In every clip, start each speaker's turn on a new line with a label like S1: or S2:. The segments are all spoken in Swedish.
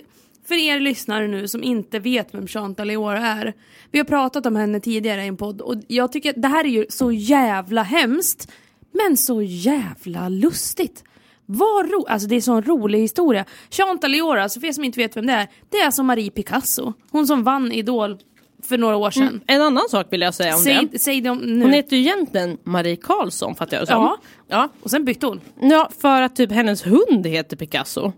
S1: för er lyssnare nu som inte vet vem Chantal Leora är. Vi har pratat om henne tidigare i en podd och jag tycker att det här är ju så jävla hemskt. Men så jävla lustigt. Vad ro- alltså det är en sån rolig historia. Chantal Leora, alltså för er som inte vet vem det är, det är alltså Marie Picasso. Hon som vann Idol för några år sedan.
S2: En annan sak vill jag säga Mm. om
S1: Säg,
S2: det.
S1: säg det om nu.
S2: Hon heter ju egentligen Marie Karlsson fattar jag det som.
S1: Ja.
S2: ja.
S1: Och sen bytte hon.
S2: Ja, för att typ hennes hund heter Picasso.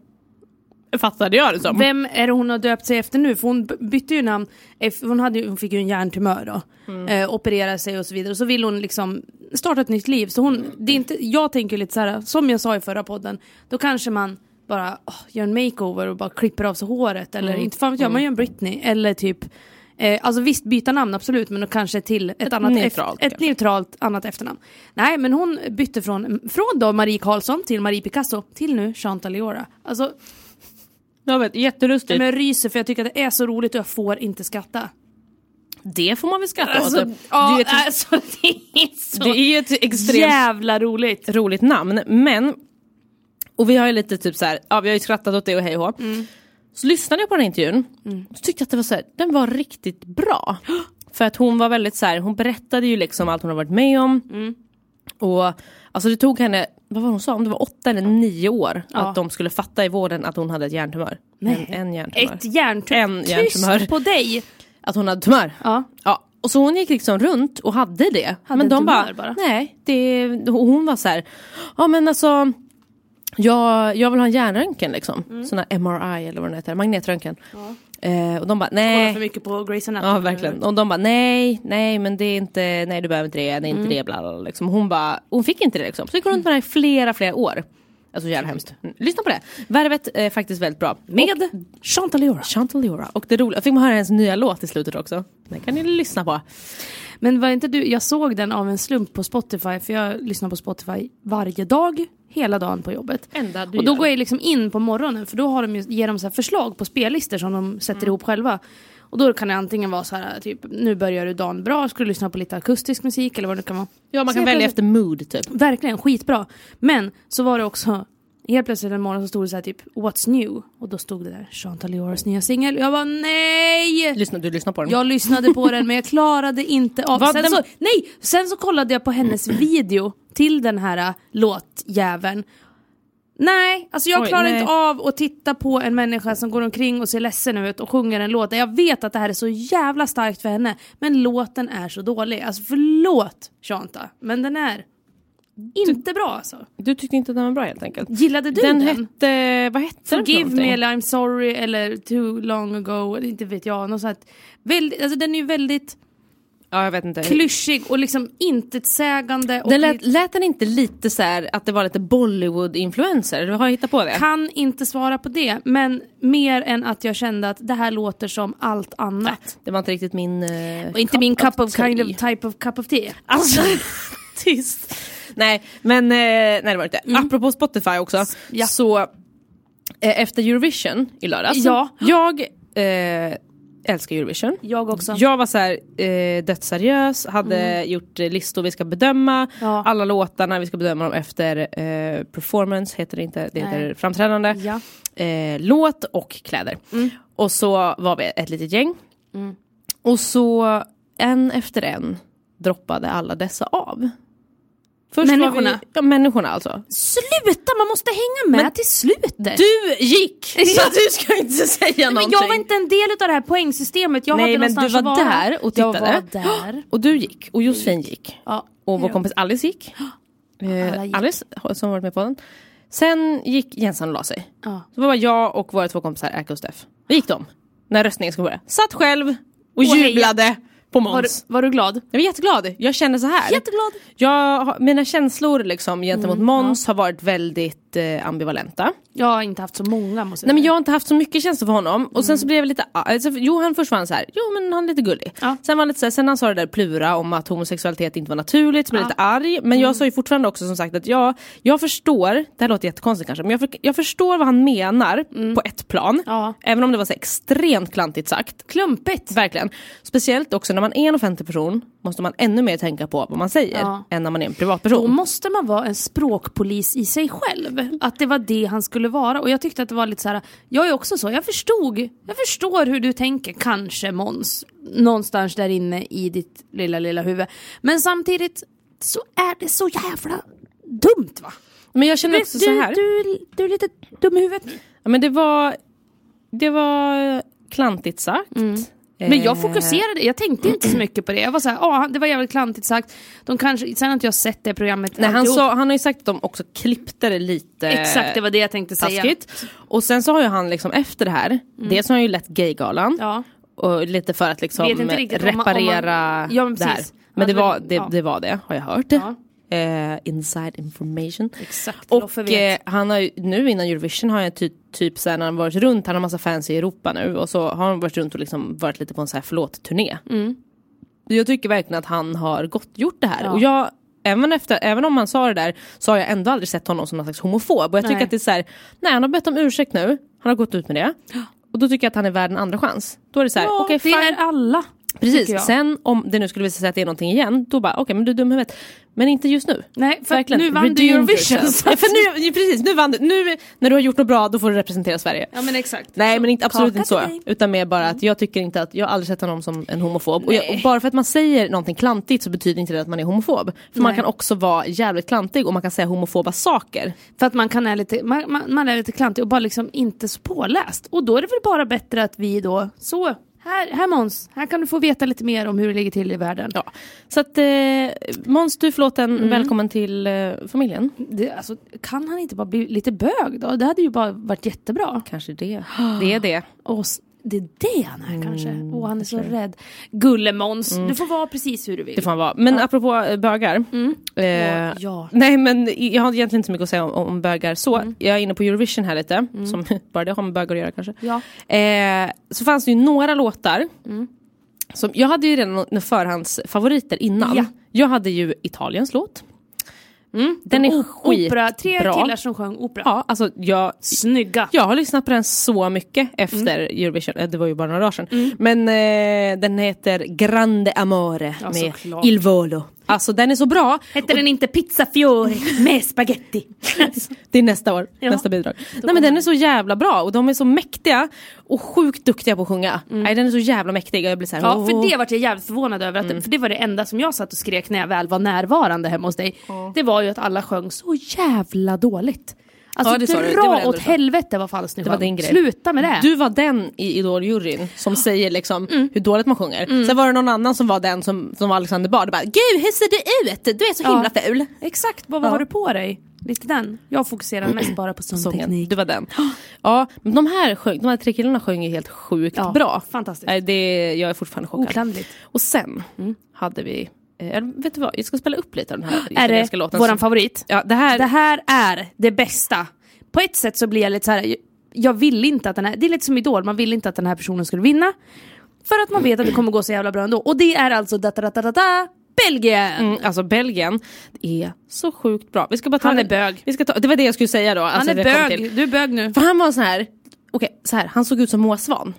S2: Fattade jag det som.
S1: Vem är det hon har döpt sig efter nu? För hon b- bytte ju namn, ef- hon, hade, ju- hon fick ju en hjärntumör då. Eh, opererade sig och så vidare. Och så vill hon liksom starta ett nytt liv. Så hon, det är inte, jag tänker lite så här, som jag sa i förra podden, då kanske man bara åh, gör en makeover och bara klipper av sig håret. Eller inte fan vet jag, man gör en Britney. Eller typ, eh, alltså visst byta namn absolut men då kanske till ett, annat
S2: neutralt,
S1: ett
S2: kanske.
S1: neutralt annat efternamn. Nej men hon bytte från, från då Marie Karlsson till Marie Picasso till nu Chantal Leora. Alltså
S2: Jag vet, jättelustigt.
S1: men jag ryser för jag tycker att det är så roligt och jag får inte skratta. Alltså,
S2: det får man väl skratta åt.
S1: ja,
S2: det, är ett,
S1: alltså, det är så
S2: det är ett extremt
S1: jävla roligt.
S2: roligt namn. Men, och vi har ju lite typ så här, ja vi har ju skrattat åt det och hej och hå. Så lyssnade jag på den här intervjun och så tyckte jag att det var så här, den var riktigt bra. För att hon var väldigt så här, hon berättade ju liksom allt hon har varit med om. Och alltså det tog henne, vad var hon sa, om det var åtta eller nio år att de skulle fatta i vården att hon hade ett hjärntumör. En, en hjärntumör.
S1: Ett hjärntumör.
S2: En hjärntumör.
S1: Tyst på dig!
S2: Att hon hade tumör?
S1: Ja.
S2: ja. Och så hon gick liksom runt och hade det.
S1: Hade
S2: men
S1: en
S2: de
S1: tumör
S2: bara,
S1: bara?
S2: nej. Det, och hon var så här, ja men alltså jag, jag vill ha en hjärnröntgen liksom.
S1: Mm.
S2: Sån här MRI eller vad den heter, magnetröntgen. Eh, och de bara,
S1: Kollar för
S2: nej.
S1: mycket på Grey's Anatomy.
S2: Ja verkligen.
S1: Mm.
S2: Och de bara, nej, nej men det är inte, nej du behöver inte det, det är inte
S1: Mm.
S2: det, bla bla bla. Liksom. Hon bara, hon fick inte det liksom. Så gick hon runt med det här i flera, flera år. Alltså jävla hemskt. Mm, Lyssna på det. Värvet är faktiskt väldigt bra.
S1: Med
S2: Och-
S1: Chantal Leora.
S2: Chantal Leora. Och det roliga, jag fick man höra hennes nya låt i slutet också. Den kan ni lyssna på.
S1: Men var inte du, jag såg den av en slump på Spotify för jag lyssnar på Spotify varje dag, hela dagen på jobbet.
S2: Enda du
S1: och
S2: gör.
S1: då
S2: Mm.
S1: går jag liksom in på morgonen för då har de ju, ger de så här förslag på spellistor som de sätter ihop själva. Och då kan det antingen vara så här typ, nu börjar du dagen bra, ska du lyssna på lite akustisk musik eller vad det nu kan vara.
S2: Ja, man
S1: Så
S2: kan
S1: helt
S2: välja
S1: plötsligt-
S2: efter mood typ.
S1: Verkligen, skitbra. Men så var det också, helt plötsligt en morgon så stod det så här typ “What's new?” och då stod det där Chantal Dioras nya singel. Jag var nej!
S2: Lyssna, du lyssnar på den.
S1: Jag lyssnade på den men jag klarade inte av
S2: Vad
S1: sen
S2: den-
S1: så, Nej! Sen så kollade jag på hennes video till den här ä, låtjäveln. Nej, alltså jag
S2: Oj,
S1: klarar
S2: nej.
S1: inte av att titta på en människa som går omkring och ser ledsen ut och sjunger en låt där jag vet att det här är så jävla starkt för henne. Men låten är så dålig. Alltså förlåt Shanta, men den är inte bra alltså.
S2: Du tyckte inte den var bra helt enkelt.
S1: Gillade du
S2: Den
S1: den?
S2: hette, vad hette den för
S1: Forgive
S2: någonting?
S1: me eller I'm sorry eller too long ago, eller inte vet jag. Något sånt. Väldigt, alltså den är ju väldigt
S2: Ja, jag vet inte.
S1: klyschig och liksom intetsägande. Och
S2: Den lät,
S1: lite-
S2: lät den inte lite så här att det var lite Bollywood-influencer? Har jag hittat på det?
S1: kan inte svara på det, men mer än att jag kände att det här låter som allt annat.
S2: Det var inte riktigt min... eh,
S1: Och inte min cup of
S2: tea.
S1: kind of type of cup of tea.
S2: Alltså, tyst. Nej, men eh, nej det var det inte. Apropå Spotify också,
S1: Mm. ja.
S2: så eh, efter Eurovision i lördags,
S1: Ja.
S2: jag eh, älskar Eurovision.
S1: Jag också.
S2: Jag var så här, eh, dödsseriös, hade gjort eh, listor vi ska bedöma,
S1: Mm. Ja.
S2: alla låtarna, vi ska bedöma dem efter eh, performance, heter det inte, det heter
S1: Nej.
S2: framträdande,
S1: Ja.
S2: eh, låt och kläder.
S1: Mm.
S2: Och så var vi ett litet gäng. Och så en efter en droppade alla dessa av. Först var
S1: Människorna?
S2: Vi, ja, människorna alltså.
S1: Sluta, man måste hänga med till slutet!
S2: Du gick! Så du ska inte säga
S1: men
S2: någonting.
S1: jag var inte en del av det här poängsystemet, jag
S2: Nej,
S1: hade
S2: men du
S1: någonstans
S2: var
S1: att vara.
S2: där och tittade.
S1: Jag var där.
S2: Och du gick, och Josefin gick.
S1: Ja.
S2: Och vår
S1: Ja.
S2: kompis Alice gick.
S1: alla
S2: Eh,
S1: gick.
S2: Alice som varit med på den. Sen gick Jensan och la sig.
S1: Ja.
S2: Så det var jag och våra två kompisar Erka och Steff. Vi gick dem när röstningen skulle börja. Satt själv och,
S1: hejade.
S2: jublade på
S1: Var, du,
S2: Måns.
S1: var du glad?
S2: Jag var jätteglad. Jag känner så här.
S1: Jätteglad! Mm,
S2: Jag, har- mina känslor liksom, gentemot Måns har varit väldigt eh, ambivalenta.
S1: Jag har inte haft så många måste jag
S2: Nej, men
S1: säga.
S2: jag har inte haft så mycket känslor för honom. Och
S1: Mm.
S2: sen så blev jag lite a- alltså, Jo han först var han så här, jo men han är lite gullig.
S1: Ja.
S2: Sen var han lite så här, sen han sa det där plura om att homosexualitet inte var naturligt, så blev jag lite arg. Men
S1: Mm.
S2: jag sa ju fortfarande också som sagt att jag, jag förstår, det här låter jättekonstigt kanske, men jag, för, jag förstår vad han menar på ett plan.
S1: Mm. Ja.
S2: Även om det var så här extremt klantigt sagt. Klumpigt! Verkligen. Speciellt också när man är en offentlig person måste man ännu mer tänka på vad man säger
S1: Ja.
S2: än när man är en privatperson.
S1: Då måste man vara en språkpolis i sig själv. Att det var det han skulle vara. Och jag tyckte att det var lite så här. jag är också så, jag förstod, jag förstår hur du tänker kanske Måns. Någonstans där inne i ditt lilla, lilla huvud. Men samtidigt så är det så jävla dumt va?
S2: Men jag känner också
S1: du,
S2: så här.
S1: Du, du är lite dum i huvudet.
S2: Ja, men det var, det var klantigt sagt.
S1: Mm, Men
S2: Eh.
S1: jag fokuserade, jag tänkte inte så mycket på det. Jag var såhär, ah, det var jävligt klantigt sagt. De kanske, sen har inte jag sett det programmet.
S2: Nej, han,
S1: alltihop.
S2: sa, han har ju sagt att de också klippte det lite
S1: Exakt, det var det jag tänkte säga.
S2: taskigt. Och sen så har ju han liksom efter det här, dels har han ju lett Gaygalan
S1: Ja.
S2: och lite för att liksom
S1: Vet inte riktigt om man- om man-
S2: reparera
S1: Ja, men
S2: det här.
S1: precis.
S2: Men det
S1: Att det-
S2: var det,
S1: ja.
S2: det var det, har jag hört. Eh, inside information.
S1: Exakt,
S2: och
S1: Loffe vet.
S2: eh, han har ju, nu innan Eurovision har jag ty, typ så här, när han varit runt, han har massa fans i Europa nu och så har han varit runt och liksom varit lite på en så här förlåt-turné.
S1: Mm.
S2: Jag tycker verkligen att han har gottgjort det här. Och jag, även, efter, även om han sa det där så har jag ändå aldrig sett honom som någon slags homofob. Och jag tycker
S1: Nej.
S2: att det är så här, nej han har bett om ursäkt nu, han har gått ut med det. Och då tycker jag att han är värd en andra chans. Då är det så här,
S1: Ja,
S2: okej
S1: det
S2: fine.
S1: är alla. tycker jag.
S2: Precis, sen om det nu skulle visa sig att det är någonting igen, då bara okej men du är dum i huvudet. Men inte just nu.
S1: Nej, för
S2: Verkligen.
S1: nu vann du
S2: Redeem
S1: Eurovision.
S2: yourself.
S1: så
S2: Ja,
S1: att-
S2: för nu, precis, nu vann du. Nu när du har gjort något bra då får du representera Sverige.
S1: Ja men exakt.
S2: Nej men inte, absolut
S1: kaka
S2: inte så.
S1: till dig. Mm.
S2: Utan mer bara att jag tycker inte att, jag har aldrig sett honom som en homofob. Och, jag, och bara för att man säger någonting klantigt så betyder inte det att man är homofob. För man
S1: Nej.
S2: kan också vara jävligt klantig och man kan säga homofoba saker.
S1: För att man, kan är lite, man, man, man är lite klantig och bara liksom inte så påläst. Och då är det väl bara bättre att vi då, så, här, här Måns, här kan du få veta lite mer om hur det ligger till i världen.
S2: Ja. Så att eh, Måns, du är förlåten,
S1: Mm.
S2: välkommen till eh, familjen.
S1: Det, alltså, kan han inte bara bli lite bög då? Det hade ju bara varit jättebra.
S2: Kanske det. Det är det.
S1: Och s- det är det han är kanske.
S2: Mm,
S1: Åh, han är så rädd. Gulle-Måns, du får vara precis hur du vill.
S2: Det får han vara. Men apropå eh, bögar. Eh,
S1: Mm. ja. Mm.
S2: Nej men i- jag har egentligen inte så mycket att säga om, om bögar så. Jag är inne på Eurovision här lite, som bara det har med bögar att göra kanske.
S1: Ja. Mm.
S2: Eh, så fanns det ju några låtar. Som, jag hade ju redan nå- förhandsfavoriter innan.
S1: Ja. Mm.
S2: Jag hade ju Italiens låt. Den är skitbra.
S1: Opera, tre killar som sjöng opera.
S2: Ja, alltså jag,
S1: Snygga.
S2: jag har lyssnat på den så mycket efter
S1: Mm.
S2: Eurovision, Eh, det var ju bara några dagar sedan. Men eh, den heter Grande Amore med
S1: såklart.
S2: Il Volo. Alltså den är så bra.
S1: Hette den inte Pizza Fiore med spaghetti?
S2: Det är nästa år, nästa bidrag. Nej men den är så jävla bra och de är så mäktiga och sjukt duktiga på att sjunga. Nej den är så jävla mäktig och jag blir såhär
S1: Mm. Ja, för det vart jag jävligt förvånad över, att,
S2: Mm.
S1: för det var det enda som jag satt och skrek när jag väl var närvarande hemma hos dig. Det var ju att alla sjöng så jävla dåligt. Alltså
S2: Ja, det sa
S1: dra
S2: du. Det var det enda
S1: åt
S2: du sa.
S1: helvete vad falskt ni
S2: Det var
S1: sjöng.
S2: din grej.
S1: Sluta med det. Mm.
S2: Du var den i Idol-juryn som säger liksom hur dåligt man sjunger. Sen var det någon annan som var den som, som var Alexander Bard och bara Gud hur ser du ut? Du är så himla ful.
S1: Exakt, vad
S2: Ja.
S1: har du på dig? Lite den. Jag fokuserar mest bara på sångteknik.
S2: Du var den. Ja, men de här, sjöng, de här tre killarna sjöng ju helt sjukt
S1: Ja,
S2: bra.
S1: fantastiskt.
S2: Nej, det, jag är fortfarande chockad.
S1: Oklanderligt.
S2: Och sen hade vi, eh, eller vet du vad, jag ska spela upp lite av den här
S1: Mm. Är det
S2: italienska låten.
S1: våran
S2: Så-
S1: favorit?
S2: Ja, det här,
S1: Det här är det bästa. På ett sätt så blir jag lite så här. jag vill inte att den här, det är lite som Idol, man vill inte att den här personen skulle vinna. För att man vet att det kommer gå så jävla bra ändå. Och det är alltså da, da, da, da, da, da, Belgien!
S2: Mm, alltså Belgien är så sjukt bra. Vi ska bara ta
S1: Han är
S2: det-
S1: bög.
S2: Vi ska ta, det var det jag skulle säga då.
S1: Han
S2: alltså,
S1: är
S2: det jag kom till.
S1: bög, du är bög nu.
S2: För han var så här, okej så här, han såg ut som Moa Svan.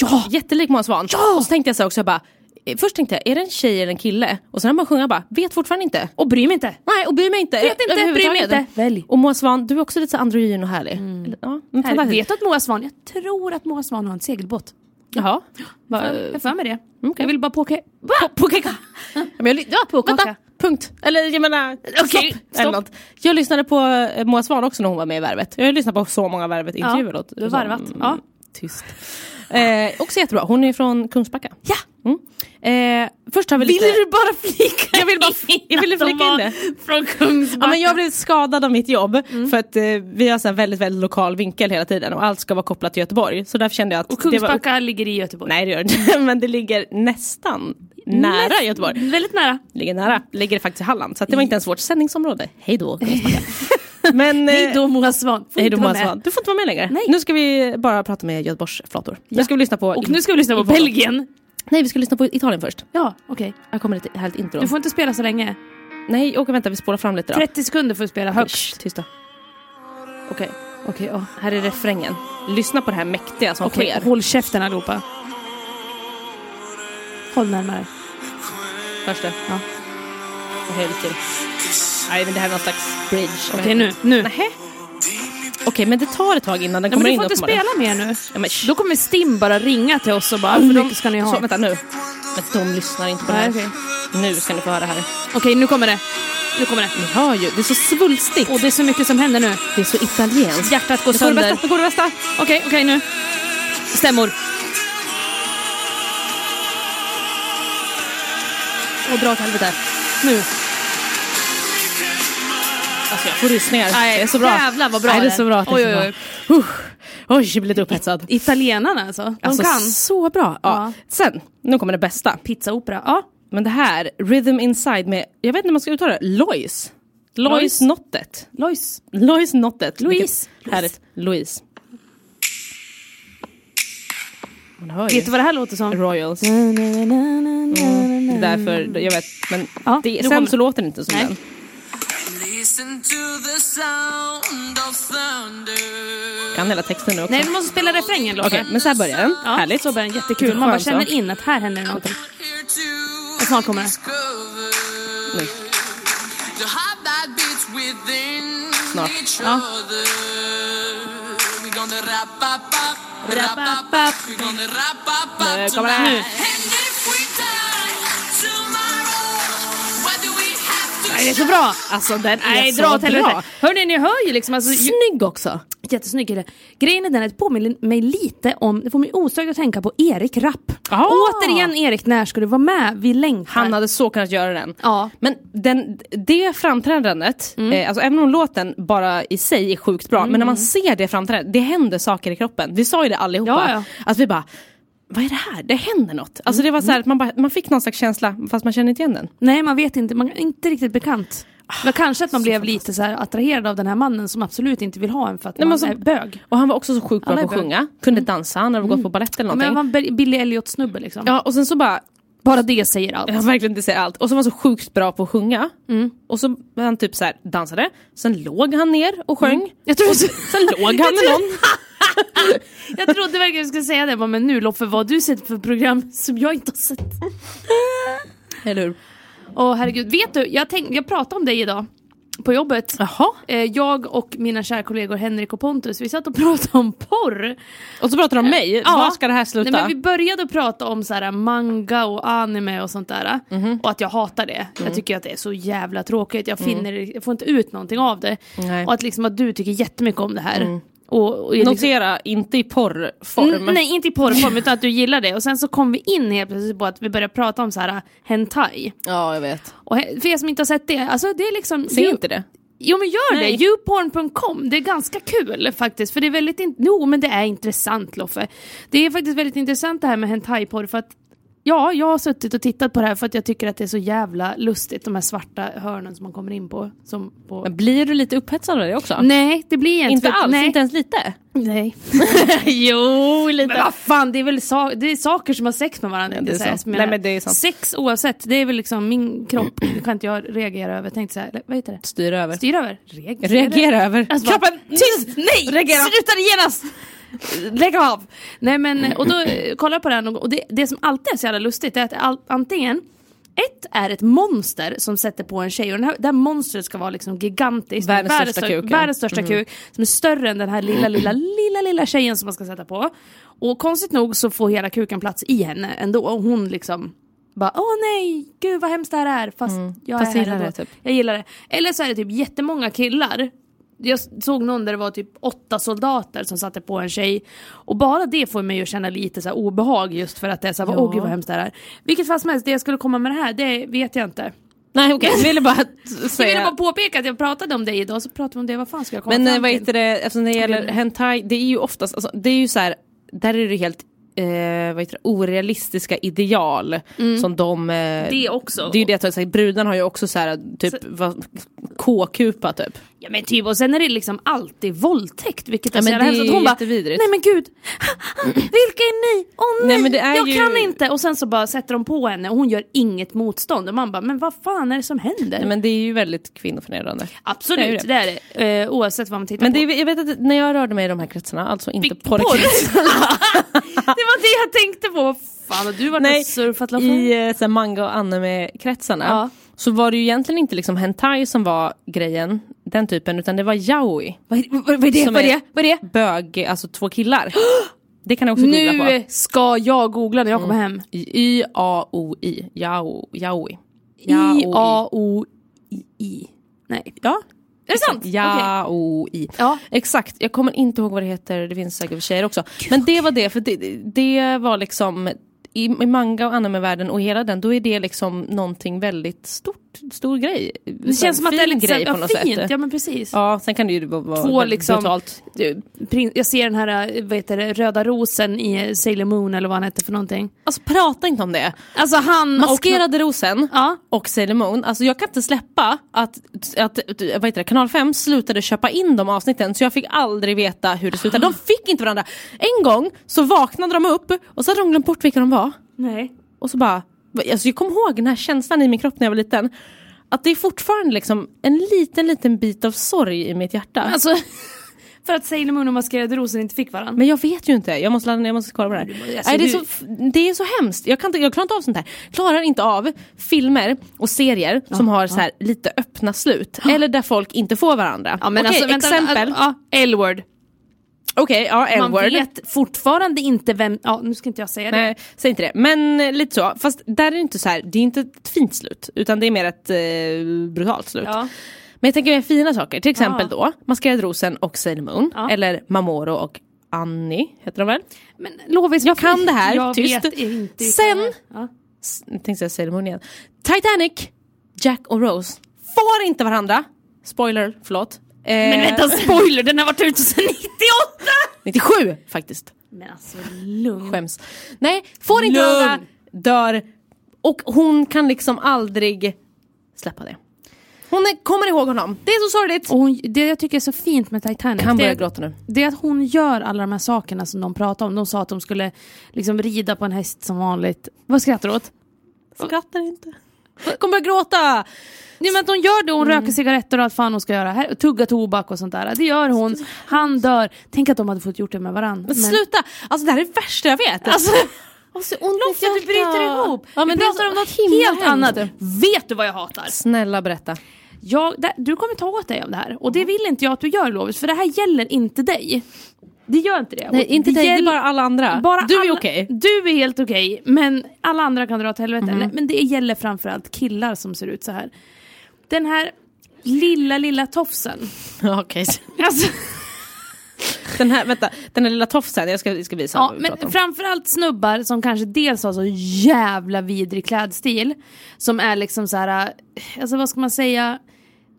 S2: Ja! Jättelik Moa Svan. Ja! Och så tänkte jag så här också, jag bara, eh, först tänkte jag, är det en tjej eller en kille? Och sen bara sjunga bara, vet fortfarande inte.
S1: Och bry mig inte.
S2: Nej och bryr mig inte.
S1: Vet inte,
S2: överhuvudtaget.
S1: bryr mig inte. Välj.
S2: Och Moa Svan, du är också lite så här androgyn och härlig. Mm. Ja, men
S1: Här,
S2: fantastiskt.
S1: vet du att Moa Svan, jag tror att Moa Svan har en segelbåt.
S2: Jaha. Va,
S1: Jag har för mig det.
S2: okej.
S1: Jag vill bara påka...
S2: På- Pukaka. Ja, men jag ly- ja,
S1: Pukaka.
S2: Vänta, punkt. Eller jag menar,
S1: Okej,
S2: stopp.
S1: stopp.
S2: Eller något. Jag lyssnade på eh, Moa Svahn också när hon var med i Värvet. Jag har lyssnat på så många Värvet-intervjuer.
S1: Ja,
S2: åt-
S1: du har varvat.
S2: som-
S1: Ja.
S2: liksom, Tyst. Eh, också jättebra. Hon är från Kungsbacka. Ja. Mm. Eh, först har vi lite...
S1: bara flika
S2: Jag vill bara- jag ville
S1: att de
S2: flika in
S1: var
S2: det.
S1: Från Kungsbacka.
S2: Ja, men jag blev skadad av mitt jobb
S1: Mm.
S2: för att eh, vi har så här väldigt, väldigt lokal vinkel hela tiden och allt ska vara kopplat till Göteborg. Så därför kände jag att...
S1: Och
S2: det var-
S1: Kungsbacka ligger i Göteborg.
S2: Nej det gör det inte, men det ligger nästan nära
S1: Näst-
S2: Göteborg.
S1: Väldigt nära.
S2: ligger nära, ligger faktiskt i Halland. Så att det var inte ens vårt sändningsområde. Hej då Kungsbacka. Men, eh,
S1: Hej då Moa Svan. Får
S2: Hej
S1: inte
S2: då Moa
S1: vara med.
S2: Svan. Du får inte vara med längre.
S1: Nej.
S2: Nu ska vi bara prata med Göteborgs flator. Nu ska vi lyssna på...
S1: Och nu ska vi lyssna på
S2: Italien.
S1: Belgien.
S2: Nej vi ska lyssna på Italien först.
S1: Ja, okej.
S2: Här kommer ett härligt intro.
S1: Du får inte spela så länge.
S2: Nej, och vänta vi spolar fram lite då.
S1: 30 sekunder får du spela högst.
S2: Shh, tysta.
S1: Okej, okej. ja.
S2: Här är refrängen. Lyssna på det här mäktiga som
S1: Okej,
S2: sker.
S1: håll käften allihopa. Håll närmare.
S2: Hörs det? Ja. Och här lite till. Nej men det här är någon slags bridge.
S1: Okej, nu. nu.
S2: Nähä? Okej men det tar ett tag innan den
S1: Nej, men
S2: kommer
S1: du
S2: in
S1: får inte
S2: uppenbarligen.
S1: spela mer nu.
S2: Ja, men shh.
S1: Då kommer Stim bara ringa till oss och bara, hur mycket ska ni ha?
S2: Så, vänta nu. Men de lyssnar inte på det här.
S1: Nej, okej.
S2: Nu ska ni få höra det här.
S1: Okej, nu kommer det. Nu kommer det.
S2: Ni hör ju, det är så svulstigt.
S1: Och det är så mycket som händer nu.
S2: det är så italienskt. Alltså,
S1: Hjärtat går
S2: Nu går det
S1: sönder.
S2: bästa, nu går det bästa.
S1: Okej, okej nu. Stämmor.
S2: Och dra åt helvete.
S1: Nu.
S2: Alltså jag får rysningar.
S1: Nej,
S2: det är så bra.
S1: jävlar vad bra
S2: Nej, det är
S1: det är.
S2: så bra att det
S1: Oj,
S2: är så bra.
S1: oj,
S2: Usch. Oj, jag blir lite upphetsad.
S1: Italienarna alltså. De
S2: Alltså,
S1: kan.
S2: så bra. Ja.
S1: Ja.
S2: Sen, nu kommer det bästa.
S1: Pizzaopera. Ja.
S2: Men det här, Rhythm Inside med, jag vet inte hur man ska uttala det, Lois. Lois
S1: Lois.
S2: Nottet.
S1: Lois.
S2: Lois Nottet.
S1: Louise.
S2: Vilket Härligt. Louise. Man hör ju.
S1: Vet du vad det här låter som? Mm.
S2: Royals. Det är därför, jag vet. Men
S1: Ja,
S2: det,
S1: nu
S2: sen
S1: kommer-
S2: så låter det inte som
S1: Nej.
S2: den.
S3: Listen to the sound of thunder.
S2: Kan hela texten nu också.
S1: Nej, du måste spela refrängen Lotta.
S2: Okej, men så här börjar den.
S1: Ja,
S2: Härligt.
S1: Så börjar den jättekul. Man bara
S2: Skönt,
S1: känner
S2: va?
S1: in att här händer någonting.
S3: Here to
S1: Och snart kommer det.
S3: discover
S2: Nu.
S3: the heart that beats within
S2: Snart.
S3: each
S1: Ja.
S3: other. We're gonna wrap up, up, wrap up, Eh,
S1: Wrap up.
S3: We're gonna wrap up,
S2: Nu
S3: up
S2: kommer det här.
S3: tonight. And if we die tomorrow, what do we have to
S1: Nej, det är så bra!
S2: Alltså den är
S1: Nej,
S2: så
S1: dra åt helvete.
S2: bra.
S1: Hörni, ni hör ju liksom. Alltså, ju-
S2: Snygg också.
S1: jättesnygg är det. Grejen är den att det påminner mig lite om, det får mig osökt att tänka på Erik Rapp.
S2: Ah.
S1: Återigen Erik, när ska du vara med? Vi längtar.
S2: Han hade så kunnat göra den.
S1: Ja. Mm.
S2: Men den, det framträdandet, eh, alltså även om låten bara i sig är sjukt bra, men när man ser det framträdandet, det händer saker i kroppen. Vi sa ju det allihopa.
S1: Ja, ja.
S2: Att vi bara, vad är det här? Det händer något. Alltså det var så här att man, bara, man fick någon slags känsla fast man känner inte igen den.
S1: Nej, man vet inte. Man är inte riktigt bekant. Det var kanske att man blev lite Ah, så här attraherad av den här mannen som absolut inte vill ha en för att man
S2: men
S1: är
S2: så-
S1: bög.
S2: Och han var också så sjukt bra
S1: Alla
S2: på
S1: är
S2: att
S1: bra. Mm.
S2: sjunga, kunde dansa, han hade gått på balett eller
S1: Men
S2: någonting.
S1: han var en Billy Elliot-snubbe liksom.
S2: Ja och sen så bara,
S1: Bara det säger allt.
S2: Jag har verkligen inte sett allt. Och så var han så sjukt bra på att sjunga.
S1: Mm.
S2: Och så var han typ så här, dansade, sen låg han ner och sjöng.
S1: Jag tror
S2: Sen låg han med någon.
S1: Jag trodde verkligen du skulle säga det, Jag bara, men nu Loffe, vad har du sett för program som jag inte har sett?
S2: Eller hur?
S1: Åh herregud, vet du, jag, tänk, jag pratade om dig idag på jobbet.
S2: Jaha.
S1: Eh, jag och mina kära kollegor Henrik och Pontus, vi satt och pratade om porr.
S2: Och så pratar de om mig. Var ska det här sluta?
S1: Eh, Nej, men vi började prata om så här, eh, manga och anime och sånt där. eh,
S2: Mhm.
S1: Och att jag hatar det.
S2: Mm.
S1: Jag tycker att det är så jävla tråkigt. Jag, finner, jag får inte ut någonting av det.
S2: Nej. Mm.
S1: Och att, liksom, att du tycker jättemycket om det här. Och, och är liksom,
S2: Notera, inte i porrform.
S1: N- Mm, Nej, inte i porrform utan att du gillar det. Och sen så kom vi in helt plötsligt på att vi började prata om så här äh, hentai.
S2: Ja, jag vet.
S1: Och he- för er som inte har sett det, alltså det är liksom...
S2: Säg inte det.
S1: Jo men gör
S2: Nej.
S1: det, youporn.com, det är ganska kul faktiskt. För det är väldigt, in- jo men det är intressant Loffe. Det är faktiskt väldigt intressant det här med hentai-porr för att Ja, jag har suttit och tittat på det här för att jag tycker att det är så jävla lustigt, de här svarta hörnen som man kommer in på. Som på...
S2: Men blir du lite upphetsad av det också?
S1: Nej, det blir jag inte.
S2: Inte
S1: för att-
S2: alls,
S1: nej.
S2: inte ens lite.
S1: Nej.
S2: jo, lite.
S1: Men vad fan, det är väl sa- det är saker som har sex med varandra.
S2: Ja,
S1: inte
S2: det är
S1: så här,
S2: sant.
S1: som jag-
S2: Nej, men det är sant.
S1: Sex oavsett, det är väl liksom min kropp, det kan inte jag reagera över. Tänkte så här, eller vad heter det?
S2: Styr över.
S1: Styr över? Reagera,
S2: Reagera över.
S1: Alltså,
S2: Kroppen, Mm.
S1: bara, tyst! Nej!
S2: Reagera.
S1: Sluta genast! Lägg av! Nej men, och då eh, kollar jag på den och och det, det som alltid är så jävla lustigt är att all, antingen ett är ett monster som sätter på en tjej och den här, det här monstret ska vara liksom gigantiskt.
S2: Världens
S1: Världens
S2: största Mm.
S1: stör-
S2: kuk, ja.
S1: Världens största kuk som är större än den här lilla, lilla, lilla, lilla tjejen som man ska sätta på. Och konstigt nog så får hela kuken plats i henne ändå och hon liksom bara åh nej, gud vad hemskt det här är fast jag
S2: Mm. Fast
S1: är
S2: jag
S1: här
S2: gillar
S1: ändå.
S2: det, typ.
S1: Jag gillar det. Eller så är det typ jättemånga killar. Jag såg någon där det var typ åtta soldater som satte på en tjej. Och bara det får mig att känna lite så här obehag just för att det är såhär,
S2: Ja.
S1: åh gud vad hemskt det här är. Vilket fall som helst, det jag skulle komma med det här, det vet jag inte.
S2: Nej okej, jag ville bara t-
S1: Jag
S2: säga.
S1: ville bara påpeka att jag pratade om det idag, så pratade vi om det, vad fan ska jag komma
S2: Men eh,
S1: fram
S2: vad
S1: till?
S2: heter det, eftersom det gäller hentai, det är ju oftast, alltså, det är ju så här, där är det helt eh, vad heter det, orealistiska ideal som de... Eh,
S1: Mm. Det också.
S2: Det är ju det jag säger, brudarna har ju också så här, typ, vad- k-kupa typ.
S1: Ja men typ, och sen är det liksom alltid våldtäkt vilket alltså
S2: Ja,
S1: är så
S2: men
S1: jävla
S2: det är
S1: hemskt. Att hon
S2: ju
S1: bara,
S2: jättevidrigt.
S1: nej men gud, vilka är ni? Åh nej,
S2: Nej, men det är
S1: jag
S2: ju-
S1: kan inte! Och sen så bara sätter de på henne och hon gör inget motstånd och man bara, men vad fan är det som händer?
S2: Nej, men det är ju väldigt kvinnoförnedrande.
S1: Absolut,
S2: det är
S1: det
S2: ju
S1: är det. Eh, oavsett vad man tittar
S2: Men det,
S1: på.
S2: är- jag vet att när jag rörde mig i de här kretsarna, alltså inte
S1: Fick porr.
S2: porrkretsarna.
S1: det var det jag tänkte på! Vad Fan har du varit
S2: Nej,
S1: och surfat Loffe?
S2: i eh, så här, manga och anime-kretsarna
S1: Ja.
S2: så var det ju egentligen inte liksom hentai som var grejen, den typen, utan det var yaoi.
S1: Vad är- vad- vad är det?
S2: som
S1: Vad är det? Vad är det?
S2: Bög, alltså två killar. Det kan jag också googla på. Mm.
S1: Nu ska jag googla när jag kommer hem.
S2: Y-A-O-I, yao, yaoi.
S1: I-A-O-I. Nej.
S2: Ja,
S1: Är det sant? Okej.
S2: Yaoi.
S1: Ja.
S2: Exakt, jag kommer inte ihåg vad det heter, det finns säkert för tjejer också. Men det var det, för det, det var liksom i, i manga och anime-världen och hela den, då är det liksom någonting väldigt stort, stor grej.
S1: Det känns som att det är lite så här-
S2: grej på något
S1: ja, fint.
S2: sätt.
S1: Ja
S2: Ja.
S1: men precis.
S2: sen kan det ju vara, vara
S1: Två
S2: väldigt
S1: liksom,
S2: brutalt.
S1: Prin- jag ser den här eh, vad heter det, röda rosen i eh, Sailor Moon eller vad han hette för någonting.
S2: Alltså prata inte om det.
S1: Alltså han
S2: Maskerade rosen
S1: Ja.
S2: och Sailor Moon, alltså jag kan inte släppa att, att vad heter det, kanal 5 slutade köpa in de avsnitten så jag fick aldrig veta hur det slutade. De fick inte varandra. En gång så vaknade de upp och så hade de glömt bort vilka de var.
S1: Nej.
S2: Och så bara, alltså jag kommer ihåg den här känslan i min kropp när jag var liten. Att det är fortfarande liksom en liten liten bit av sorg i mitt hjärta.
S1: Alltså, för att Sailor Moon och Maskerade rosen inte fick varandra.
S2: Men jag vet ju inte, jag måste, ladda ner, jag måste kolla på det här.
S1: Alltså,
S2: Nej, det, är
S1: du-
S2: så, f- det är så hemskt, jag, kan inte, jag klarar inte av sånt här. Klarar inte av filmer och serier som har så här, lite öppna slut. Eller där folk inte får varandra.
S1: Ja, men
S2: Okej,
S1: alltså, vänta,
S2: exempel.
S1: Ja, L-word.
S2: Okej, ja,
S1: Man
S2: L-word.
S1: vet fortfarande inte vem, ja nu ska inte jag säga
S2: Nej, säg inte det. Men eh, lite så. Fast där är det inte så här, det är inte ett fint slut. Utan det är mer ett eh, brutalt slut.
S1: det. Ja.
S2: Men jag tänker mer fina saker, till exempel
S1: Ja.
S2: då Maskerad rosen och Sailor Moon. Eller Mamoro och Annie, heter de väl?
S1: Men Lovis,
S2: Jag kan det här,
S1: jag
S2: tyst.
S1: Vet inte vilka
S2: Sen-
S1: det är. Ja.
S2: S- nu tänkte jag Sailor Moon igen. Titanic, Jack och Rose får inte varandra. Spoiler, förlåt. Eh,
S1: Men vänta, spoiler, den har varit
S2: typ
S1: ute sedan 98!
S2: 97 faktiskt.
S1: Men alltså lugn.
S2: Skäms. Nej, får inte
S1: Lugn.
S2: varandra, dör. Och hon kan liksom aldrig släppa det. Hon är, kommer ihåg honom. Det är så sorgligt.
S1: Och hon, det jag tycker är så fint med Titanic,
S2: Kan
S1: det,
S2: börja
S1: är-
S2: gråta nu.
S1: det är att hon gör alla de här sakerna som de pratar om. De sa att de skulle liksom rida på en häst som vanligt. Vad skrattar du åt?
S2: Skrattar inte. Kommer börja gråta!
S1: Nej men att hon gör det, hon
S2: Mm.
S1: röker cigaretter och allt fan hon ska göra. Här, tugga tobak och sånt där. Det gör hon. Han dör. Tänk att de hade fått gjort det med varandra.
S2: Men sluta! Alltså det här är det värsta jag vet. Alltså, och så ont i
S1: Loffe, du
S2: hjärtat.
S1: bryter ihop.
S2: Ja, men
S1: vi
S2: det är
S1: pratar
S2: så
S1: om något
S2: himla
S1: helt
S2: hemskt.
S1: annat. Vet du vad jag hatar?
S2: Snälla berätta.
S1: Jag, det, du kommer ta åt dig av det här. Och
S2: Mm.
S1: det vill inte jag att du gör Lovis, för det här gäller inte dig. Det gör inte det.
S2: Nej,
S1: Och
S2: inte dig, det är
S1: gäll-
S2: bara alla andra.
S1: bara
S2: du är
S1: alla-
S2: okej. Mhm.
S1: Du är helt okej, men alla andra kan dra åt helvete. Nej, Men det gäller framförallt killar som ser ut så här. Den här lilla, lilla tofsen.
S2: Ja, okej.
S1: Alltså,
S2: Den här, vänta, den här lilla tofsen, jag ska, jag ska visa
S1: ja,
S2: vad vi pratar
S1: men
S2: om.
S1: framförallt snubbar som kanske dels har så jävla vidrig klädstil. Som är liksom så här, äh, alltså vad ska man säga?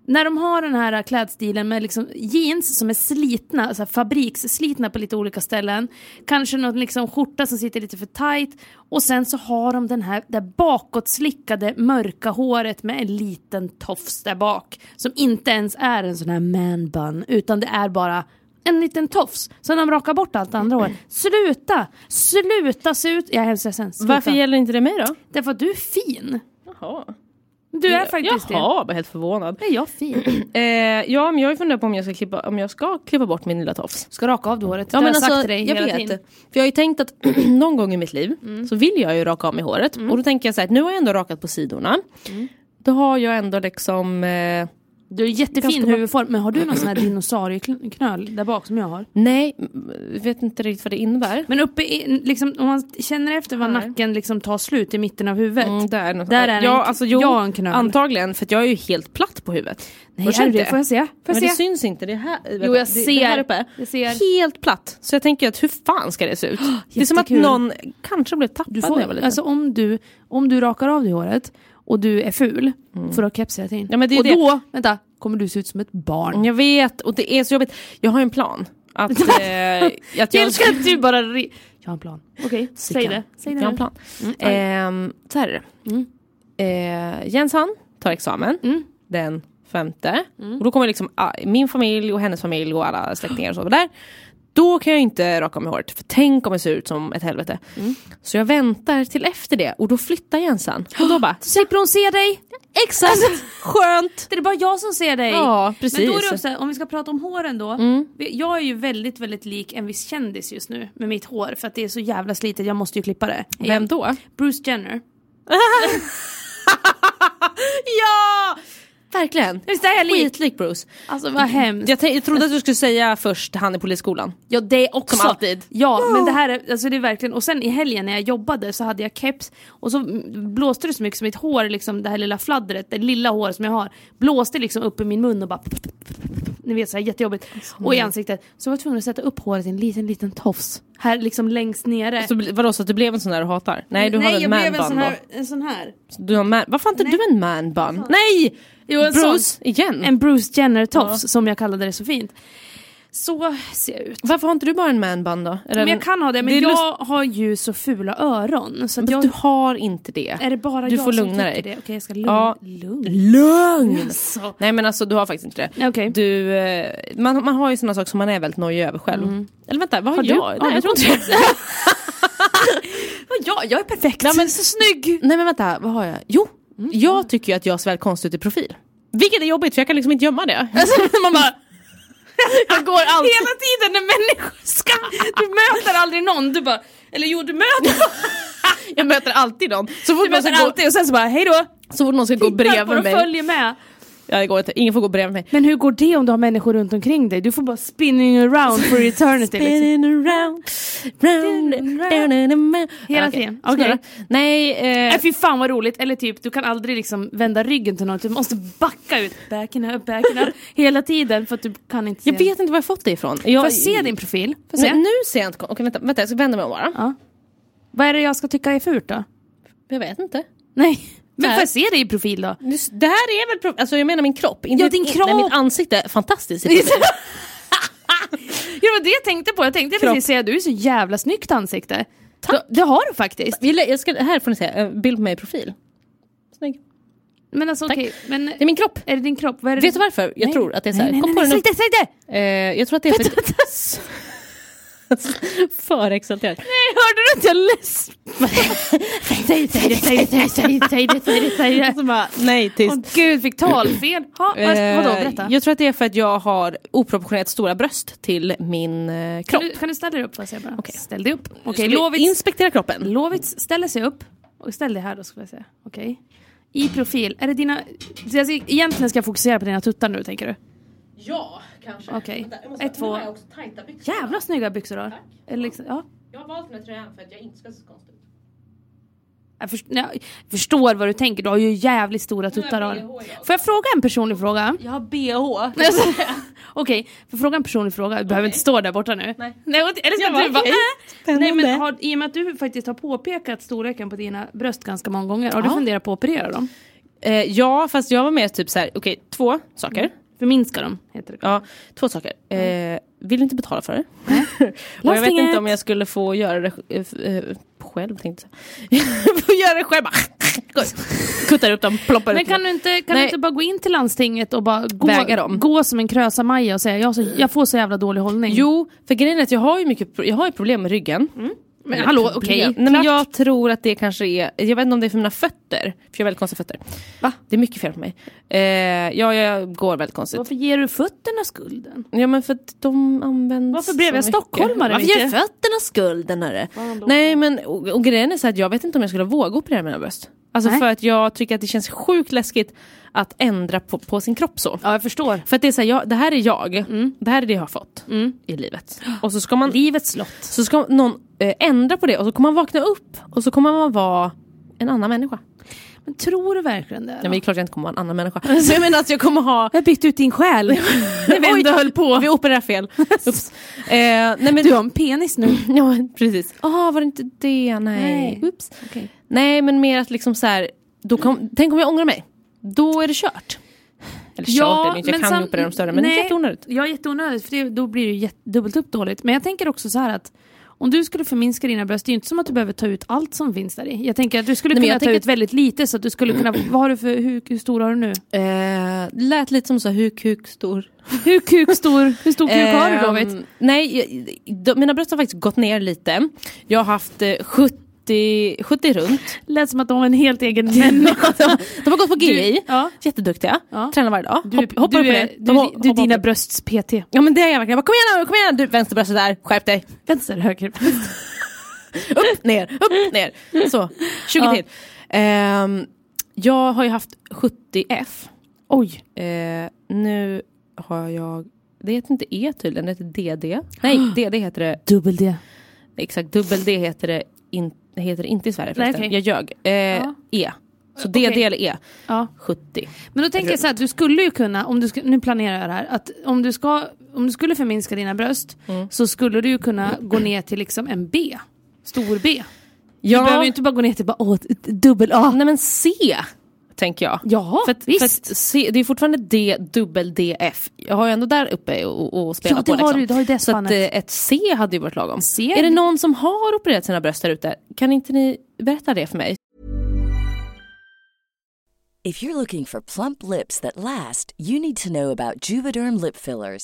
S1: När de har den här klädstilen med liksom jeans som är slitna, så här fabriksslitna på lite olika ställen. Kanske någon liksom skjorta som sitter lite för tight. Och sen så har de den här, det bakåtslickade mörka håret med en liten tofs där bak. Som inte ens är en sån här man bun, utan det är bara en liten tofs. Sen de rakar bort allt andra hår. Sluta! Sluta se ut... Jag är hemskt ledsen. Sluta.
S2: Varför gäller inte det mig då?
S1: Därför att du är fin.
S2: Jaha.
S1: Du är faktiskt
S2: Jaha, jag blev helt förvånad.
S1: det. Är jag fin?
S2: Eh, ja, men jag har ju funderat på om jag ska klippa, om jag ska klippa bort min lilla tofs.
S1: Ska raka av du håret.
S2: Ja,
S1: det
S2: men
S1: har jag
S2: alltså,
S1: sagt till dig
S2: jag
S1: hela
S2: vet. Mm.
S1: tiden.
S2: För jag har ju tänkt att någon gång i mitt liv så vill jag ju raka av mig håret. Och då tänker jag så här, att nu har jag ändå rakat på sidorna. Då har jag ändå liksom... Eh,
S1: Du är jättefin
S2: Ganska bra.
S1: huvudform. Men har du någon sån här dinosaurieknöl där bak som jag har?
S2: nej, m- vet inte riktigt vad det innebär.
S1: Men uppe i, liksom, om man känner efter var
S2: Här.
S1: nacken liksom tar slut i mitten av huvudet.
S2: Mm, där, något-
S1: Där är
S2: ja,
S1: en-
S2: alltså, jo,
S1: jag har en knöl.
S2: Antagligen, för att jag är ju helt platt på huvudet.
S1: Nej,
S2: Har du
S1: är
S2: känt
S1: det? Får jag se? Får jag
S2: Men det
S1: se?
S2: syns inte, det är här, vänta,
S1: jag
S2: det, Det här
S1: ser.
S2: uppe.
S1: Jag ser.
S2: Helt platt. Så jag tänker att hur fan ska det se ut? det är som att
S1: jättekul.
S2: någon kanske blev tappad
S1: Du
S2: när
S1: får,
S2: jag var liten.
S1: alltså, om, du, om du rakar av dig håret och du är ful, får du ha keps hela tiden.
S2: Ja, men det är
S1: och
S2: det.
S1: då, vänta, kommer du se ut som ett barn.
S2: Jag vet, och det är så jobbigt. Jag har en plan. Att, eh, att
S1: Jag
S2: jag
S1: älskar att du bara... Re- jag har en plan. Okej, säg
S2: Sickan.
S1: det. Säg det
S2: jag har
S1: nu. Mm,
S2: en plan. Ehm, så här är det. Eh, Jens han tar examen
S1: Mm.
S2: den femte. Och då kommer liksom ah, min familj och hennes familj och alla släktingar och så där. Då kan jag inte raka av mig håret, för tänk om jag ser ut som ett helvete.
S1: Mm.
S2: Så jag väntar till efter det och då flyttar Jensan. Och då bara,
S1: Slipper hon se dig?
S2: exakt, Alltså, skönt!
S1: Det är bara jag som ser dig.
S2: Ja, precis. Mm.
S1: Men då är det också, här, om vi ska prata om håren då. Vi- Jag är ju väldigt, väldigt lik en viss kändis just nu med mitt hår. För att det är så jävla slitet, jag måste ju klippa det.
S2: Vem då?
S1: Bruce Jenner.
S2: Ja! Verkligen.
S1: Visst är jag lik?
S2: Skitlik Bruce.
S1: Alltså vad hemskt.
S2: Jag, tän- jag trodde att du skulle säga först han i polisskolan.
S1: Ja det också.
S2: Som alltid.
S1: Ja men det här är, alltså det är verkligen, och sen i helgen när jag jobbade så hade jag keps och så mm, blåste det så mycket så mitt hår, liksom det här lilla fladdret, det lilla hår som jag har, blåste liksom upp i min mun och bara ni vet såhär jättejobbigt. Och i ansiktet. Så jag var tvungen att sätta upp håret i en liten liten tofs. Här liksom längst nere.
S2: Så, bli- vadå så att du blev en sån där du hatar? Nej du har en man bun då.
S1: en sån här.
S2: Du har man, varför har inte du en man bun? Nej!
S1: Jo, en
S2: Bruce,
S1: sån.
S2: igen.
S1: En Bruce Jenner-tofs som jag kallade det så fint. Så ser jag ut.
S2: varför har inte du bara en man bun då? Eller
S1: Men jag
S2: en-
S1: kan ha det, men
S2: är lust-
S1: jag har ju så fula öron. Så att
S2: Men
S1: jag...
S2: Du har inte det.
S1: Är det bara
S2: du
S1: jag
S2: får
S1: som
S2: lugna dig.
S1: tycker det? Okej, jag ska lugn.
S2: Ja.
S1: lugn.
S2: Lugn!
S1: Alltså.
S2: Nej men alltså du har faktiskt inte det.
S1: Okej.
S2: Du, eh, man, man har ju såna saker som man är väldigt nojig över själv. Eller vänta, vad har,
S1: Mm. du?
S2: jag?
S1: Ja,
S2: Nej jag
S1: du
S2: tror inte det.
S1: Ja, jag är perfekt.
S2: Nej men så snygg! Nej men vänta, vad har jag? Jo,
S1: Mm.
S2: jag tycker ju att jag ser väldigt konstig ut i profil. Vilket är jobbigt för jag kan liksom inte gömma det.
S1: Alltså,
S2: man bara... Jag går alltid...
S1: Hela tiden när människor ska... Du möter aldrig någon, du bara... Eller jo, du möter...
S2: Jag möter alltid någon. Så fort,
S1: Du
S2: någon ska,
S1: möter
S2: gå,
S1: alltid och sen så bara, hej då!
S2: så fort någon ska gå
S1: Tittar på
S2: bredvid
S1: och
S2: mig.
S1: följer med.
S2: Ja, det går inte. Ingen får gå bredvid mig.
S1: Men hur går det om du har människor runt omkring dig? Du får bara spinning around for eternity. liksom.
S2: Spinning around, round, down and around.
S1: Hela
S2: Okej,
S1: tiden. Okej.
S2: snurra. Nej, eh,
S1: Nej fy fan vad roligt, eller typ du kan aldrig liksom vända ryggen till något, du måste backa ut, backen up, backen up, hela tiden för att du kan inte se.
S2: jag vet inte var jag fått det ifrån.
S1: Får
S2: Jag,
S1: jag se din profil? Får jag se?
S2: Men nu ser jag inte... Okej vänta, vänta, jag ska vända mig om bara.
S1: Vad är det jag ska tycka är fult då?
S2: Jag vet inte.
S1: Nej. Men
S2: Nej.
S1: får jag se dig i profil då?
S2: Just- Det här är väl... pro- Alltså jag menar min kropp. Inte,
S1: Ja, din
S2: inte-
S1: kropp.
S2: Nej, mitt ansikte. är Fantastiskt. i profil.
S1: Ja, det var det jag tänkte på. Jag tänkte
S2: Kropp.
S1: precis säga du är så jävla snyggt ansikte. Tack. Det har du faktiskt.
S2: Vill jag- jag ska, här får ni se, en bild på mig i profil. Snygg.
S1: Men alltså
S2: Tack.
S1: okej, men
S2: Det är min kropp.
S1: är det din kropp? Vad är det
S2: Vet du varför? Jag
S1: Nej.
S2: tror att det är så
S1: Nej,
S2: här.
S1: nej,
S2: Kom
S1: nej,
S2: på det
S1: nej,
S2: nu.
S1: säg det, säg det!
S2: Eh, jag tror att det är för... Förexalterad.
S1: Nej, hörde du
S2: att jag läs...
S1: Säg det, säg det, säg det, säg det, säg det, säg det, säg det.
S2: Så bara, nej tyst.
S1: Åh gud, fick talfel. Ha, vad, vadå,
S2: Eh,
S1: berätta.
S2: Jag tror att det är för att jag har oproportionerligt stora bröst till min eh,
S1: kan,
S2: kropp.
S1: du, kan du ställa dig upp? Får jag säga bara?
S2: Okej.
S1: Ställ dig upp.
S2: Ska
S1: Okej,
S2: vi
S1: Lovits,
S2: Inspektera kroppen.
S1: Lovits ställer sig upp. Och ställ dig här då, skulle jag säga. Okej. I profil. Är det dina... Så jag ska, egentligen ska jag fokusera på dina tuttar nu, tänker du?
S2: Ja, kanske.
S1: Okej. Vänta, jag måste- Ett, nu har två. jag också Jävla snygga byxor du har. Eller liksom, ja.
S2: Jag har valt den här tröjan för att jag inte ska se konstig ut.
S1: Jag, först, jag förstår vad du tänker, du har ju jävligt stora tuttar. Aron. Får jag fråga en personlig fråga?
S2: Jag har bh.
S1: Nej, alltså, Okej, får jag fråga en personlig fråga? Du behöver inte stå där borta nu.
S2: Nej.
S1: Nej och- eller ska
S2: Jag bara,
S1: du bara,
S2: okej.
S1: äh? Nej
S2: Spännande.
S1: men har, i och med att du faktiskt har påpekat storleken på dina bröst ganska många gånger, har du funderat på att operera dem?
S2: Eh, ja, fast jag var mer typ så här, okej, två saker.
S1: Förminska dem, heter det.
S2: Ja, två saker. Eh, vill inte betala för det. och jag vet
S1: Mm. Landstinget.
S2: inte om jag skulle få göra det eh, f- eh, själv, tänkte jag säga. Få göra det själv, bara. Kuttar upp dem, ploppar
S1: Men
S2: upp dem.
S1: kan du inte, kan du
S2: Nej.
S1: inte bara gå in till landstinget och bara gå,
S2: Väga dem.
S1: gå som en krösa-Maja och säga jag, har så, jag får så jävla dålig hållning?
S2: Jo, för grejen är att jag har ju mycket, pro- jag har ju problem med ryggen.
S1: Mm. men hallå okej.
S2: Nej, men jag tror att det kanske är, jag vet inte om det är för mina fötter, för jag har väldigt konstiga fötter.
S1: Va?
S2: Det är mycket fel på mig. Eh, ja, jag går väldigt konstigt.
S1: Varför ger du fötterna skulden?
S2: Ja men för att de används
S1: Varför blev
S2: så
S1: jag stockholmare,
S2: Mycket. Varför gör
S1: Micke?
S2: fötterna skulden hörru? Nej men och, och grejen är så att jag vet inte om jag skulle våga operera mina bröst. Alltså
S1: Nej.
S2: för att jag tycker att det känns sjukt läskigt att ändra på, på sin kropp så.
S1: Ja jag förstår.
S2: För att det är så här, jag, det här är jag,
S1: Mm.
S2: det här är det jag har fått i livet. Och så ska man,
S1: Livets slott.
S2: så ska någon eh, ändra på det och så kommer man vakna upp och så kommer man vara en annan människa.
S1: Men tror du verkligen det?
S2: Nej men det är klart jag inte kommer vara en annan människa. Men jag menar att jag kommer ha...
S1: Jag bytte ut din själ. När vi ändå höll på.
S2: Vi opererar fel. Ups. Eh, nej, men...
S1: Du har en penis nu.
S2: Ja, precis. Jaha, var det inte det? Nej.
S1: Nej.
S2: Nej. Oops. Nej, men mer att liksom så här, då kom, tänk om jag ångrar mig? Då är det kört. Eller kört är det inte, jag kan ju operera de större, men det är jätteonödigt.
S1: Ja, jätteonödigt för det, då blir det ju jätte- dubbelt upp dåligt. Men jag tänker också så här att om du skulle förminska dina bröst, det är ju inte som att du behöver ta ut allt som finns där i. Jag tänker att du skulle
S2: Nej, men
S1: kunna
S2: jag
S1: ta
S2: tänker
S1: ut väldigt lite så att du skulle kunna, vad har du för, hur, hur stor har du nu?
S2: Eh, lät lite som så här, huk, huk, stor.
S1: Hur kuk stor, hur stor kuk har du
S2: Ehm,
S1: David?
S2: Nej, jag, de, mina bröst har faktiskt gått ner lite. Jag har haft eh, 70, 70 runt.
S1: Lät som att de har en helt egen människa.
S2: De har gått på GI,
S1: ja.
S2: jätteduktiga,
S1: Ja.
S2: tränar varje dag.
S1: Du,
S2: Hopp, hoppar
S1: du,
S2: på
S1: är,
S2: det.
S1: du,
S2: ho-
S1: du, du är
S2: hoppar på
S1: dina
S2: det.
S1: brösts PT.
S2: Ja men det är jag verkligen. Jag bara, kom igen nu, kom igen du vänsterbröstet där, skärp dig.
S1: Vänster, höger.
S2: Upp, ner, upp, ner. Så, 20
S1: Ja.
S2: till. Ehm, jag har ju haft 70F.
S1: Oj.
S2: Eh, nu har jag, det heter inte E tydligen, det heter DD. Nej, DD heter det,
S1: Dubbel D.
S2: exakt, dubbel D heter det, in, heter det inte i Sverige förresten.
S1: okej.
S2: Jag ljög. Eh,
S1: Ja.
S2: E. Så DD
S1: Okej.
S2: eller E,
S1: Ja.
S2: 70.
S1: Men då tänker jag så här, du skulle ju kunna, om du ska, nu planerar jag det här, att om du, ska, om du skulle förminska dina bröst
S2: Mm.
S1: så skulle du ju kunna gå ner till liksom en B. Stor B. Du behöver ju inte bara gå ner till bara, åh, ett dubbel A.
S2: Nej men C, tänker jag.
S1: Ja,
S2: För att,
S1: visst.
S2: för att se, det är fortfarande D, dubbel DF. Jag har ju ändå där uppe och, och spelat
S1: Jo, det
S2: på.
S1: har
S2: liksom.
S1: du- du har ju det
S2: så att,
S1: spannet.
S2: eh, ett C hade ju varit lagom.
S1: C.
S2: Är det någon som har opererat sina bröst där ute? Kan inte ni berätta det för mig?
S4: If you're looking for plump lips that last, you need to know about Juvederm lip fillers.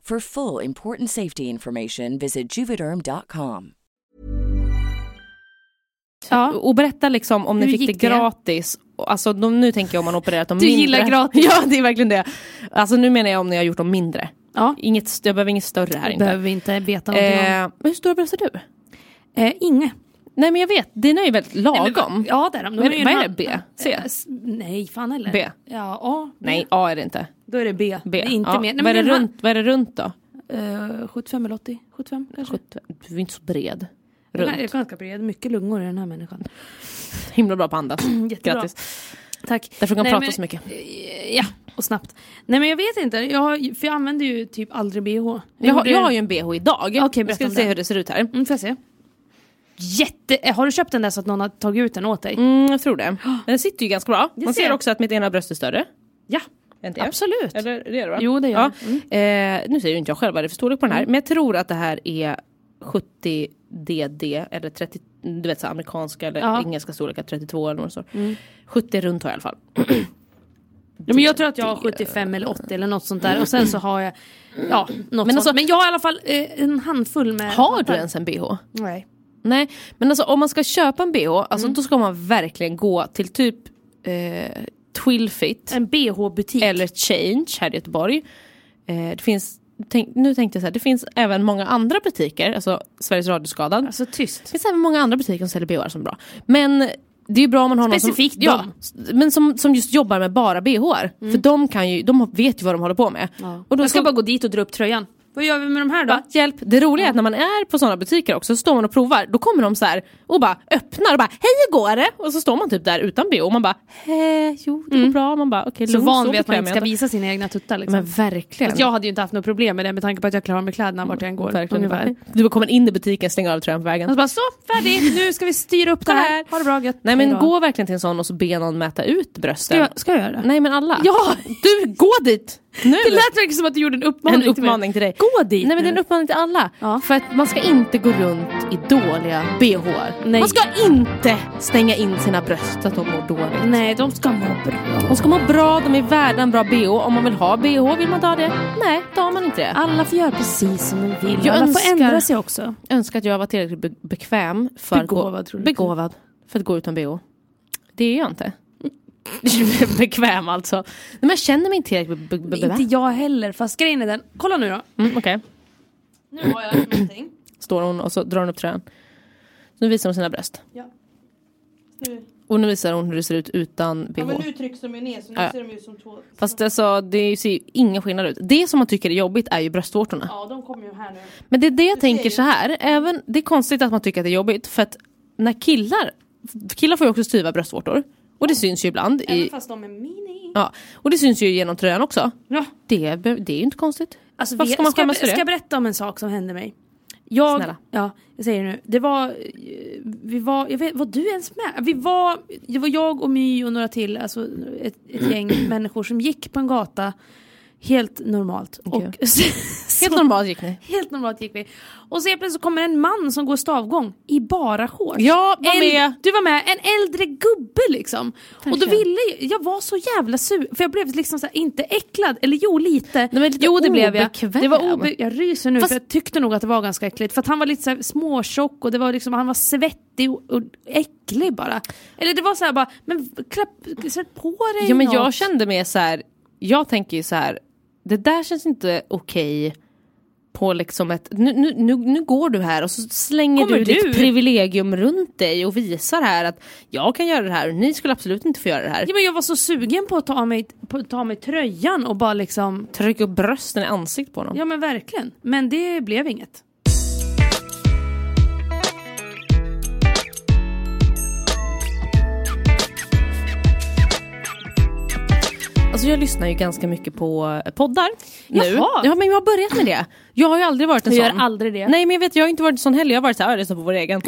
S4: For full important safety information, visit juvederm.com.
S1: Ja.
S2: Och berätta liksom om
S1: Hur
S2: ni fick det
S1: gick det?
S2: gratis. Och Alltså de, nu tänker jag om man opererat dem
S1: Du
S2: mindre.
S1: gillar gratis.
S2: Ja det är verkligen det. Alltså nu menar jag om ni har gjort dem mindre.
S1: Ja.
S2: Inget, st- jag behöver inget större här
S1: Det
S2: inte.
S1: behöver vi inte veta någonting
S2: Eh, men hur stora bröst har du?
S1: om. Eh, Inge.
S2: Nej men jag vet, dina är ju väldigt
S1: Nej, men
S2: lagom.
S1: va- Ja det är de. de
S2: Men
S1: ju
S2: vad
S1: en
S2: är det?
S1: halv-
S2: B? C?
S1: Eh, s- Nej, fan heller.
S2: B.
S1: Ja, A.
S2: Nej, A är det inte.
S1: Då är det B.
S2: B.
S1: Det är inte
S2: ja.
S1: mer.
S2: vad, är
S1: men
S2: det
S1: en
S2: runt, vad är det runt då?
S1: halv- eh, 75 eller 80? 75 kanske?
S2: Sjutton- Du är inte så bred.
S1: Jag kan-
S2: Runt.
S1: Jag kan ganska bred. Mycket lungor i den här människan.
S2: Himla bra på att andas.
S1: Jättebra.
S2: Grattis.
S1: Tack.
S2: Därför kan
S1: Nej,
S2: prata
S1: men-
S2: så mycket.
S1: Ja, och snabbt. Nej men jag vet inte, jag, har- för jag använder ju typ aldrig bh.
S2: Jag har,
S1: gjorde-
S2: jag har ju en bh idag.
S1: Okej,
S2: jag
S1: berätta
S2: ska
S1: om
S2: se
S1: den.
S2: hur det ser ut här.
S1: Mm, får jag se? Jätte... eh, Har du köpt den där så att någon har tagit ut den åt dig?
S2: Mm, jag tror det. Men Den sitter ju ganska bra. Man
S1: ser
S2: ser
S1: jag.
S2: också att mitt ena bröst är större.
S1: Ja,
S2: Än det.
S1: absolut.
S2: Eller det är det va?
S1: Jo, det gör
S2: ja.
S1: det. Mm.
S2: Eh, Nu säger ju inte jag själv vad det är för storlek på den här. Men jag tror att det här är 70 DD eller 30, du vet så här amerikanska eller
S1: Ja. Mm.
S2: engelska storlekar, 32 eller något sånt. 70 runt har jag i alla fall.
S1: Ja, men jag tror att jag har 75 eller 80 eller något sånt där och sen så har jag, ja, något men,
S2: alltså-
S1: sånt. men jag har i alla fall eh, en handfull med
S2: Har du ens en bh?
S1: Nej.
S2: Nej, men alltså om man ska köpa en bh, alltså,
S1: Mm.
S2: då ska man verkligen gå till typ eh, Twilfit.
S1: En bh-butik.
S2: eller Change här i Göteborg. Eh, det finns, tänk, nu tänkte jag så här, det finns även många andra butiker, alltså Sveriges Radioskadan.
S1: Alltså tyst.
S2: det finns även många andra butiker som säljer bhar som är bra. Men det är ju bra om man har
S1: Specifikt
S2: någon som,
S1: dem.
S2: ja, men som, som just jobbar med bara bhar. För de, kan ju, de vet ju vad de håller på med.
S1: Och då jag ska bara gå dit och dra upp tröjan. Vad gör vi med de här då?
S2: Va? Hjälp. Det roliga är att när man är på sådana butiker också, så står man och provar, då kommer de så här och bara öppnar och bara hej hur går det? Och så står man typ där utan bh och man bara hej jo det går bra. Man bara okej
S1: Mm. Så
S2: lugnt,
S1: van vid att man
S2: bekväm
S1: inte
S2: är
S1: ska
S2: jag
S1: visa sina egna tuttar liksom.
S2: Men verkligen.
S1: Fast jag hade ju inte haft något problem med det med tanke på att jag klarar mig kläderna vart jag än går.
S2: Verkligen.
S1: Ungefär.
S2: Du kommer in i butiken, stänger av tröjan på vägen.
S1: Och så bara så, färdig, nu ska vi styra upp det här. Ha det bra gött.
S2: Nej men
S1: Hejdå.
S2: gå verkligen till en sån och så be någon mäta ut brösten.
S1: Ska jag, ska jag göra det?
S2: Nej men alla.
S1: Ja!
S2: Du, gå dit! Nu!
S1: Det lät verkligen som att du gjorde en uppmaning
S2: en uppmaning till dig.
S1: Gå dit
S2: Nej men det är
S1: nu.
S2: en uppmaning till alla.
S1: Ja.
S2: För att man ska inte gå runt i dåliga bh.
S1: Nej.
S2: Man ska inte stänga in sina bröst så att de mår dåligt.
S1: till mig. Nej, de ska må bra.
S2: De ska må bra, de är värda en bra bh. Om man vill ha bh, vill man ta det? Nej, då har man inte det.
S1: Alla får göra precis som de vill.
S2: Jag
S1: Alla
S2: önskar-
S1: får ändra sig också.
S2: önskar att jag var tillräckligt be- bekväm för att
S1: Begåvad,
S2: gå,
S1: tror du inte?
S2: begåvad för att gå utan bh. Det är jag inte. bekväm alltså. Nej, men jag känner mig inte tillräckligt be- be- be-
S1: Inte jag heller, fast grejen är den. Kolla nu då.
S2: Mm, Okej,
S1: Nu har jag någonting.
S2: står hon och så drar hon upp tröjan. Nu visar hon sina bröst.
S1: Ja.
S2: Och nu visar hon hur det ser ut utan bh.
S1: trycks de ju ner så nu
S2: Ja.
S1: ser de ut som två.
S2: Fast alltså, det ser ju ingen skillnad ut. Det som man tycker är jobbigt är ju bröstvårtorna.
S1: Ja, de kommer ju här nu.
S2: Men det är det jag tänker så här. Även, det är konstigt att man tycker att det är jobbigt för att när killar, killar får ju också styva bröstvårtor. Och det syns ju ibland. I,
S1: fast de är mini.
S2: Ja, och det syns ju genom tröjan också.
S1: Ja.
S2: Det, be- det är ju inte konstigt.
S1: Alltså,
S2: Varför
S1: vi-
S2: ska man skämmas
S1: ska,
S2: för det?
S1: ska jag berätta om en sak som hände mig? Jag,
S2: Snälla.
S1: Ja, jag säger det nu. Det var, eh, vi var, jag vet, var du ens med? Vi var, det var jag och My och några till, alltså ett, ett gäng människor som gick på en gata helt normalt.
S2: Okej.
S1: Och, så,
S2: Helt normalt gick ni.
S1: helt normalt gick vi. Och så helt plötsligt så kommer en man som går stavgång i bara shorts.
S2: Ja, var
S1: En-
S2: med.
S1: Du var med, en äldre gubbe liksom. Och då
S2: Verkligen.
S1: ville jag, jag var så jävla sur, för jag blev liksom så här, inte äcklad, eller jo lite.
S2: Nej, men lite
S1: jo det blev jag.
S2: obekväm.
S1: Det var obe- jag ryser nu
S2: Fast-
S1: för jag tyckte nog att det var ganska äckligt. För att han var lite så här småtjock och det var liksom, han var svettig och, och äcklig bara. Eller det var så här bara, men klapp, sätt på dig
S2: Ja, men
S1: något.
S2: jag kände mig så här. jag tänker ju så här. det där känns inte okej på liksom ett, nu, nu, nu, nu går du här och så slänger
S1: Kommer
S2: du,
S1: du?
S2: ditt privilegium runt dig och visar här att jag kan göra det här och ni skulle absolut inte få göra det här.
S1: Ja, men jag var så sugen på att ta av mig, på att ta av mig tröjan och bara liksom
S2: Tryck upp brösten i ansiktet på dem.
S1: Ja men verkligen. Men det blev inget.
S2: Alltså jag lyssnar ju ganska mycket på eh, poddar nu.
S1: Jaha.
S2: Ja men jag har börjat med det. Jag har ju aldrig varit en
S1: Du
S2: sån.
S1: gör aldrig det.
S2: Nej men jag vet, jag har inte varit en sån heller. Jag har varit såhär, "Ah, jag lyssnar på vår egen.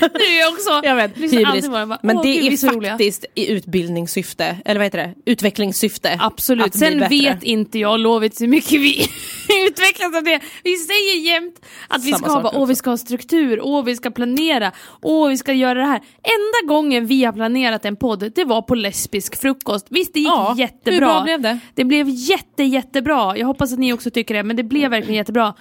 S1: Nu är jag också.
S2: Jag vet,
S1: lyssnar
S2: hybris.
S1: alltid bara, bara,
S2: Men
S1: "Åh,
S2: det
S1: gud, vi
S2: är
S1: så roliga."
S2: faktiskt i utbildningssyfte, eller vad heter det? Utvecklingssyfte.
S1: Absolut.
S2: att bli
S1: Sen
S2: bättre.
S1: vet inte jag lovit hur mycket vi utvecklas av det. Vi säger jämt att vi
S2: Samma
S1: ska, ha
S2: sak
S1: bara, åh, vi
S2: också.
S1: ska ha struktur, åh vi ska planera, åh vi ska göra det här. Enda gången vi har planerat en podd, det var på lesbisk frukost. Visst det gick
S2: Ja, hur
S1: jättebra.
S2: bra blev det?
S1: Det blev jätte, jättebra. Jag hoppas att ni också tycker det, men det blev verkligen jättebra.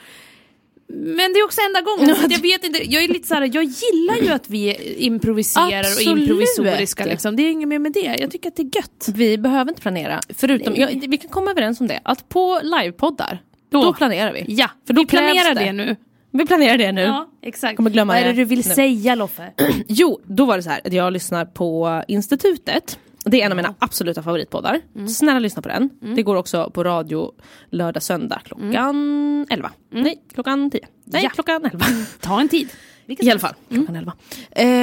S1: Men det är också enda gången, så att jag vet inte, jag är lite så här, jag gillar ju att vi improviserar och
S2: Absolut.
S1: improvisoriska liksom. Det är inget mer med det, jag tycker att det är gött.
S2: Vi behöver inte planera, förutom, ja, vi kan komma överens om det, att på livepoddar, då, planerar vi.
S1: Ja,
S2: För då
S1: vi planerar
S2: krävs
S1: det.
S2: det.
S1: nu.
S2: Vi planerar det nu.
S1: Ja, exakt.
S2: Kommer glömma
S1: Vad är det
S2: det
S1: du vill
S2: nu.
S1: säga Loffe?
S2: Jo, då var det så här att jag lyssnar på Institutet. Det är en av mina absoluta favoritpoddar.
S1: Mm.
S2: Snälla lyssna på den. Det går också på radio lördag, söndag klockan 11. Nej, klockan 10. Nej,
S1: Mm. Ja.
S2: klockan 11.
S1: Ta en tid.
S2: I alla fall,
S1: Mm.
S2: klockan 11.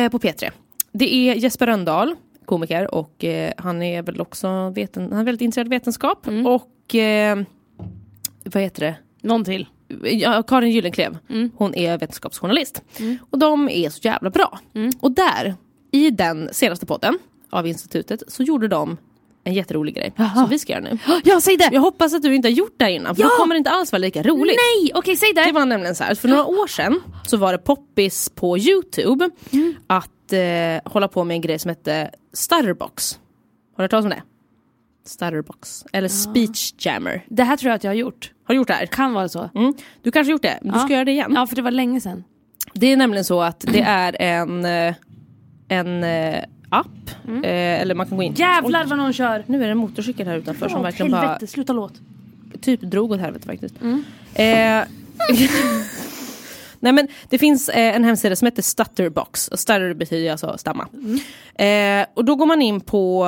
S2: Eh, på P3. Det är Jesper Röndahl, komiker och eh, han är väl också veten, han är väldigt intresserad av vetenskap. Och eh, vad heter det?
S1: Mm. Någon till. Mm.
S2: ja, Karin Gyllenklev, hon är vetenskapsjournalist. Och de är så jävla bra.
S1: Mm.
S2: Och där, i den senaste podden av institutet, så gjorde de en jätterolig grej som vi ska göra nu.
S1: Ja, säg det!
S2: Jag hoppas att du inte har gjort det här innan, för
S1: Ja!
S2: då kommer det inte alls vara lika roligt.
S1: Nej, okej säg det!
S2: Det var nämligen så här, för några år sedan så var det poppis på Youtube att eh, hålla på med en grej som hette Stutterbox. Har du hört talas om det? Stutterbox, eller speech jammer.
S1: Det här tror jag att jag har gjort.
S2: Har du gjort det här?
S1: Kan vara så.
S2: Mm. Du kanske har gjort det, men du ska göra det igen.
S1: Ja, för det var länge sedan.
S2: Det är nämligen så att det är en, eh, en eh, app,
S1: Mm.
S2: eh, eller man kan gå in.
S1: Jävlar vad någon kör!
S2: Nu är det en motorcykel här utanför som
S1: Åh,
S2: verkligen
S1: helvete, sluta låt.
S2: bara typ drog åt helvete faktiskt.
S1: Mm.
S2: Eh, Nej men det finns eh, en hemsida som heter Stutterbox, och stutter betyder alltså stamma.
S1: Mm.
S2: Eh, och då går man in på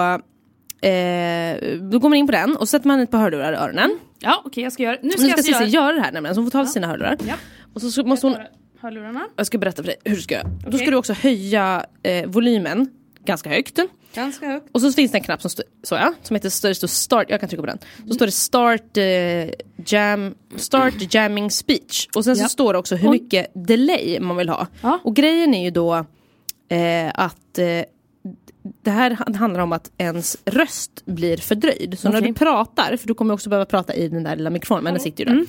S2: eh, då går man in på den och sätter man ett par hörlurar i öronen.
S1: Ja, okej jag ska göra Nu Mm. ska,
S2: Nu ska
S1: jag
S2: Cissi
S1: se göra
S2: göra det här nämligen, så hon får ta av sig sina hörlurar.
S1: Ja.
S2: Och så ska- måste hon
S1: hörlurarna.
S2: Jag ska berätta för dig hur du ska göra. Då
S1: Okej.
S2: ska du också höja eh, volymen ganska högt.
S1: Ganska högt.
S2: Och så finns det en knapp som, stå, så ja, som heter så det står start, jag kan trycka på den. Så står det start, eh, jam, start jamming speech. Och sen så
S1: Ja.
S2: står det också hur
S1: Oj.
S2: mycket delay man vill ha.
S1: Ja.
S2: Och grejen är ju då eh, att eh, det här han- handlar om att ens röst blir fördröjd. Så när
S1: Okej.
S2: du pratar, för du kommer också behöva prata i den där lilla mikrofonen, men den sitter ju där.
S1: Mm.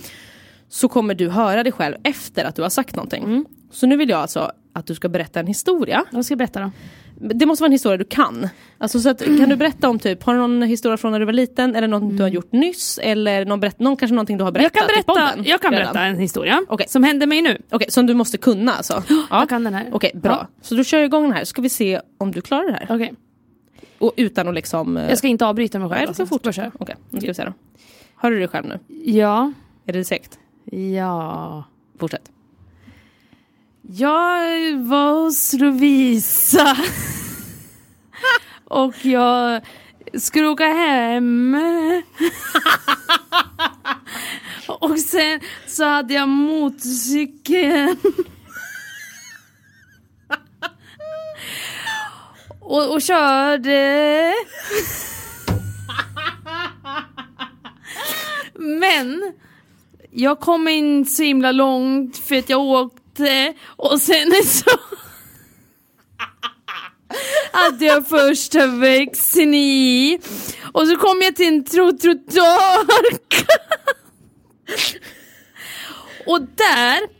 S2: Så kommer du höra dig själv efter att du har sagt någonting.
S1: Mm.
S2: Så nu vill jag alltså att du ska berätta en historia.
S1: Vad ska jag berätta då?
S2: Det måste vara en historia du kan. Alltså så att, Kan du berätta om typ, har du någon historia från när du var liten eller något du har gjort nyss? Eller någon berätt, någon, kanske någonting du har
S1: Mm. Jag
S2: berättat
S1: kan
S2: i
S1: berätta,
S2: podden
S1: jag kan
S2: redan?
S1: berätta en historia
S2: Okej.
S1: som hände mig nu.
S2: Okej, som du måste kunna alltså? Ja.
S1: jag kan den här.
S2: Okej, bra.
S1: Ja.
S2: Så du kör igång den här, ska vi se om du klarar det här.
S1: Okej.
S2: Och utan att liksom... eh,
S1: Jag ska inte avbryta mig själv.
S2: Nej, du ska fortsätta. Okej, nu ska vi se då. Hör du dig själv nu?
S1: Ja.
S2: Är det säkert?
S1: Ja.
S2: Fortsätt.
S1: Jag var hos Lovisa. Och jag skulle åka hem. Och sen så hade jag motorcykeln. Och, och körde. Men jag kom in så himla långt för att jag åkte och sen så hade jag första växeln i och så kom jag till en tro- trottoarkant och där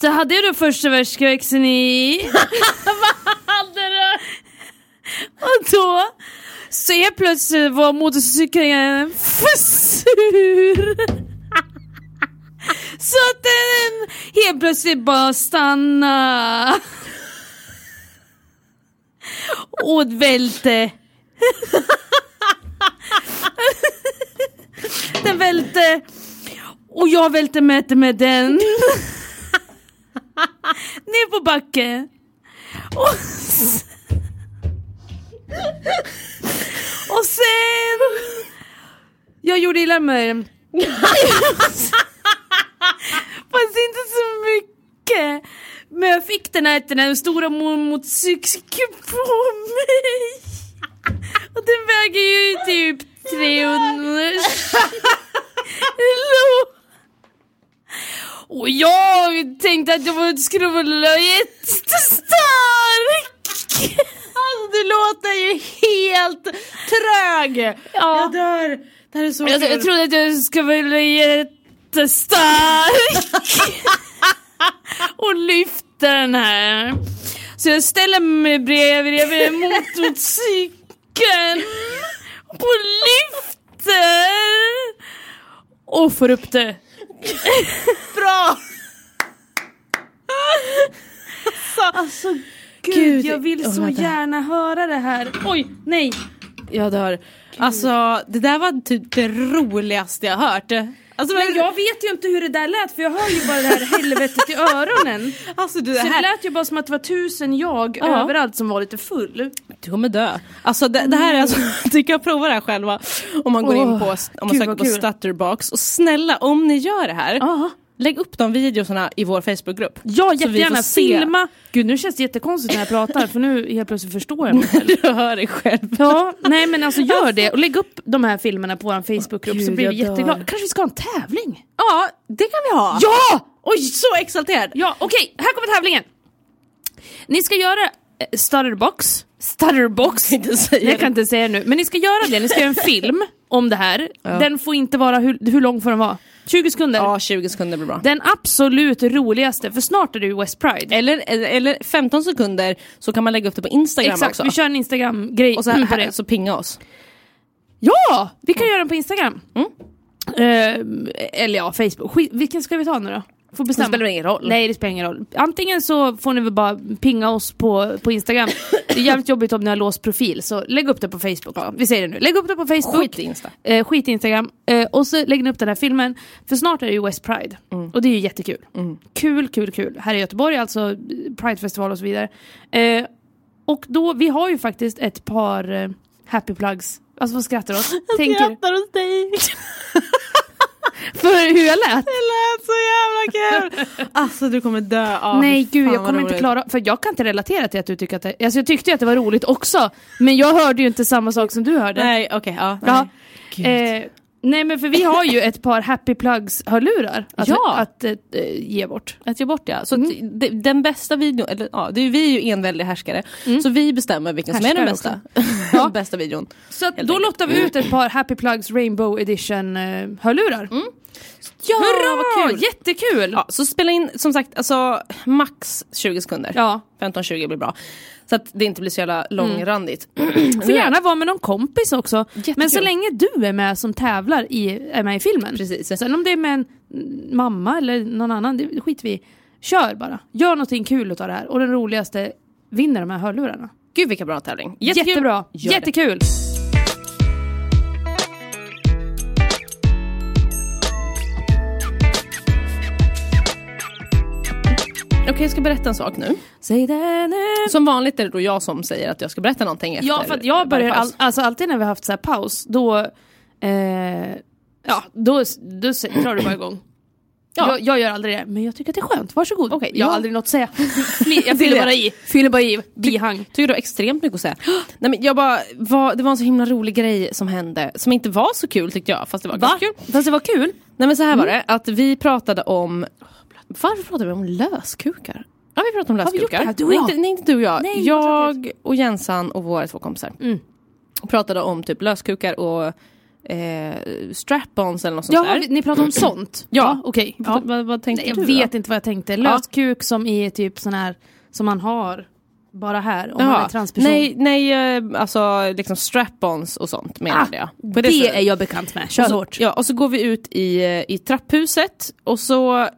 S1: så hade jag då första växeln i. Vad hade du? Och då så helt plötsligt var motorcykeln för sur. Så att den helt plötsligt bara stanna Och välte. Den välte. Och jag välte med, med den. Ner på backen. Och sen... Och sen... Jag gjorde illa mig. Fast inte så mycket. Men jag fick den här, den här stora mormorcykeln på mig. Och den väger ju typ 300 kilo. Och jag tänkte att jag var- skulle vara jättestark. Alltså du låter ju helt trög. Ja. Jag dör.
S2: Det här är så
S1: Jag, jag trodde att jag skulle vara jättestark och lyfta den här. Så jag ställer mig bredvid, bredvid motorcykeln och lyfter och får upp det.
S2: bra!
S1: Alltså gud,
S2: Gud,
S1: jag vill
S2: jag
S1: så
S2: vänta.
S1: gärna höra det här. Oj, nej.
S2: Jag dör. Alltså det där var typ det roligaste jag hört. Alltså,
S1: Men jag vet ju inte hur det där lät för jag hör ju bara det här helvetet i öronen.
S2: alltså du, det
S1: Så det
S2: här,
S1: lät ju bara som att det var tusen jag
S2: Ja.
S1: överallt som var lite full.
S2: du kommer dö. Alltså det, det här är alltså, du kan prova det här själva. Om man går in på,
S1: Mm.
S2: om
S1: Åh,
S2: man
S1: gud,
S2: söker
S1: vad
S2: på
S1: kul.
S2: Stutterbox. Och snälla om ni gör det här,
S1: Ja.
S2: lägg upp de videorna i vår Facebookgrupp.
S1: Ja
S2: Så vi får
S1: jättegärna,
S2: se.
S1: filma! Gud nu känns det jättekonstigt när jag pratar för nu helt plötsligt förstår jag mig.
S2: Du hör dig själv.
S1: Ja, nej men alltså gör det och lägg upp de här filmerna på vår Facebookgrupp så
S2: Gud,
S1: blir vi
S2: jag dör.
S1: jätteglada. Kanske vi ska ha en tävling?
S2: Ja, det kan vi ha.
S1: Ja!
S2: Oj, så exalterad!
S1: Ja, okej, här kommer tävlingen! Ni ska göra eh, Stutterbox, Stutterbox,
S2: Inte säga
S1: jag kan inte säga nu, men ni ska göra det, ni ska göra en film om det här. Den får inte vara, hur, hur lång får den vara? 20 sekunder?
S2: Ja, 20 sekunder blir bra.
S1: Den absolut roligaste, för snart är det ju West Pride.
S2: Eller, eller 15 sekunder så kan man lägga upp det på Instagram
S1: Exakt,
S2: också.
S1: vi kör en Instagram-grej
S2: och så, här,
S1: på
S2: här,
S1: det.
S2: så pinga oss.
S1: Ja! Vi kan göra den på Instagram.
S2: Mm.
S1: Eh, eller ja, Facebook. Skit, vilken ska vi ta nu då? Får bestämma.
S2: Det spelar ingen roll.
S1: Nej, det spelar ingen roll. Antingen så får ni väl bara pinga oss på, på Instagram. Det är jävligt jobbigt om ni har låst profil, så lägg upp det på Facebook. Vi säger det nu. Lägg upp det på Facebook.
S2: Skit i Insta.
S1: Eh, skit i Instagram. Eh, och så lägger ni upp den här filmen. För snart är det ju West Pride.
S2: Mm.
S1: Och det är ju jättekul. Kul, kul, kul. Här i Göteborg, alltså eh, Pridefestival och så vidare. Eh, och då, vi har ju faktiskt ett par eh, happy plugs. Alltså vad skrattar du åt? Tänker,
S2: åt dig!
S1: för hur jag lät?
S2: Det lät så jävla kul! Alltså du kommer dö av
S1: Nej gud,
S2: fan,
S1: jag
S2: vad
S1: kommer inte
S2: roligt.
S1: klara För jag kan inte relatera till att du tycker att det, alltså jag tyckte ju att det var roligt också. Men jag hörde ju inte samma sak som du hörde.
S2: Nej, okej. ja,
S1: Ja.
S2: nej. Gud.
S1: Eh, nej men för vi har ju ett par happy plugs-hörlurar att,
S2: Ja.
S1: att eh, ge bort.
S2: Att ge bort ja. Så att de, den bästa videon, eller ja, det är, vi är ju enväldiga härskare. Så vi bestämmer vilken som är den
S1: Härskare
S2: bästa.
S1: Ja.
S2: bästa videon.
S1: Så att då lottar vi ut ett par happy plugs rainbow edition eh, hörlurar.
S2: Ja,
S1: Hurra vad kul!
S2: Ja,
S1: Jättekul!
S2: Ja, så spela in som sagt alltså, max 20 sekunder.
S1: Ja.
S2: 15-20 blir bra. Så att det inte blir så jävla långrandigt.
S1: Får gärna vara med någon kompis också. Men så
S2: Jättekul.
S1: länge du är med som tävlar i, är med i filmen.
S2: Precis.
S1: Sen om det är med en mm, mamma eller någon annan, det skiter vi i. Kör bara. Gör någonting kul utav det här. Och den roligaste vinner de här hörlurarna.
S2: Gud vilken bra tävling. Jättekul.
S1: Jättebra.
S2: Gör det.
S1: Jättekul.
S2: Okej, jag ska berätta en sak nu.
S1: Säg det nu.
S2: Som vanligt är det då jag som säger att jag ska berätta någonting efter
S1: Ja, för att
S2: varje
S1: jag börjar, all,
S2: paus.
S1: alltså alltid när vi har haft så här paus, då, eh, ja, då, då s- drar du bara igång. Ja. Jag, jag gör aldrig det, men jag tycker att det är skönt. Varsågod.
S2: Okej,
S1: jag har
S2: ja.
S1: aldrig något att säga. Fli- jag
S2: Det är
S1: fyller
S2: det.
S1: bara i. Fyller bara i. Bihang.
S2: Tycker du har extremt mycket att säga. Nej, men jag bara, vad, det var en så himla rolig grej som hände, som inte var så kul tyckte jag, fast det var ganska kul.
S1: Fast det var kul.
S2: Nej men så här var
S1: Mm.
S2: det, att vi pratade om... Varför pratade vi om löskukar? Ja vi pratade om
S1: vi gjort
S2: löskukar.
S1: det här, du och
S2: nej,
S1: jag?
S2: inte, nej inte du och jag.
S1: Nej, det var
S2: jag och Jensan och våra två kompisar.
S1: Mm.
S2: Pratade om typ löskukar och eh, strap-ons eller något sånt
S1: Ja,
S2: där.
S1: vi, ni pratar om sånt?
S2: Ja.
S1: okej.
S2: Vad- Vad, vad tänkte
S1: Nej, jag
S2: du
S1: vet
S2: då?
S1: inte vad jag tänkte. Löst kuk som är typ sån här som man har bara här om man är transperson.
S2: nej, nej, eh, alltså liksom strap-ons och sånt menade
S1: Ah.
S2: jag. På
S1: det Alltså,
S2: sättet.
S1: är jag bekant med. Kör
S2: och så,
S1: hårt.
S2: Ja, och så går vi ut i, eh, i trapphuset och så,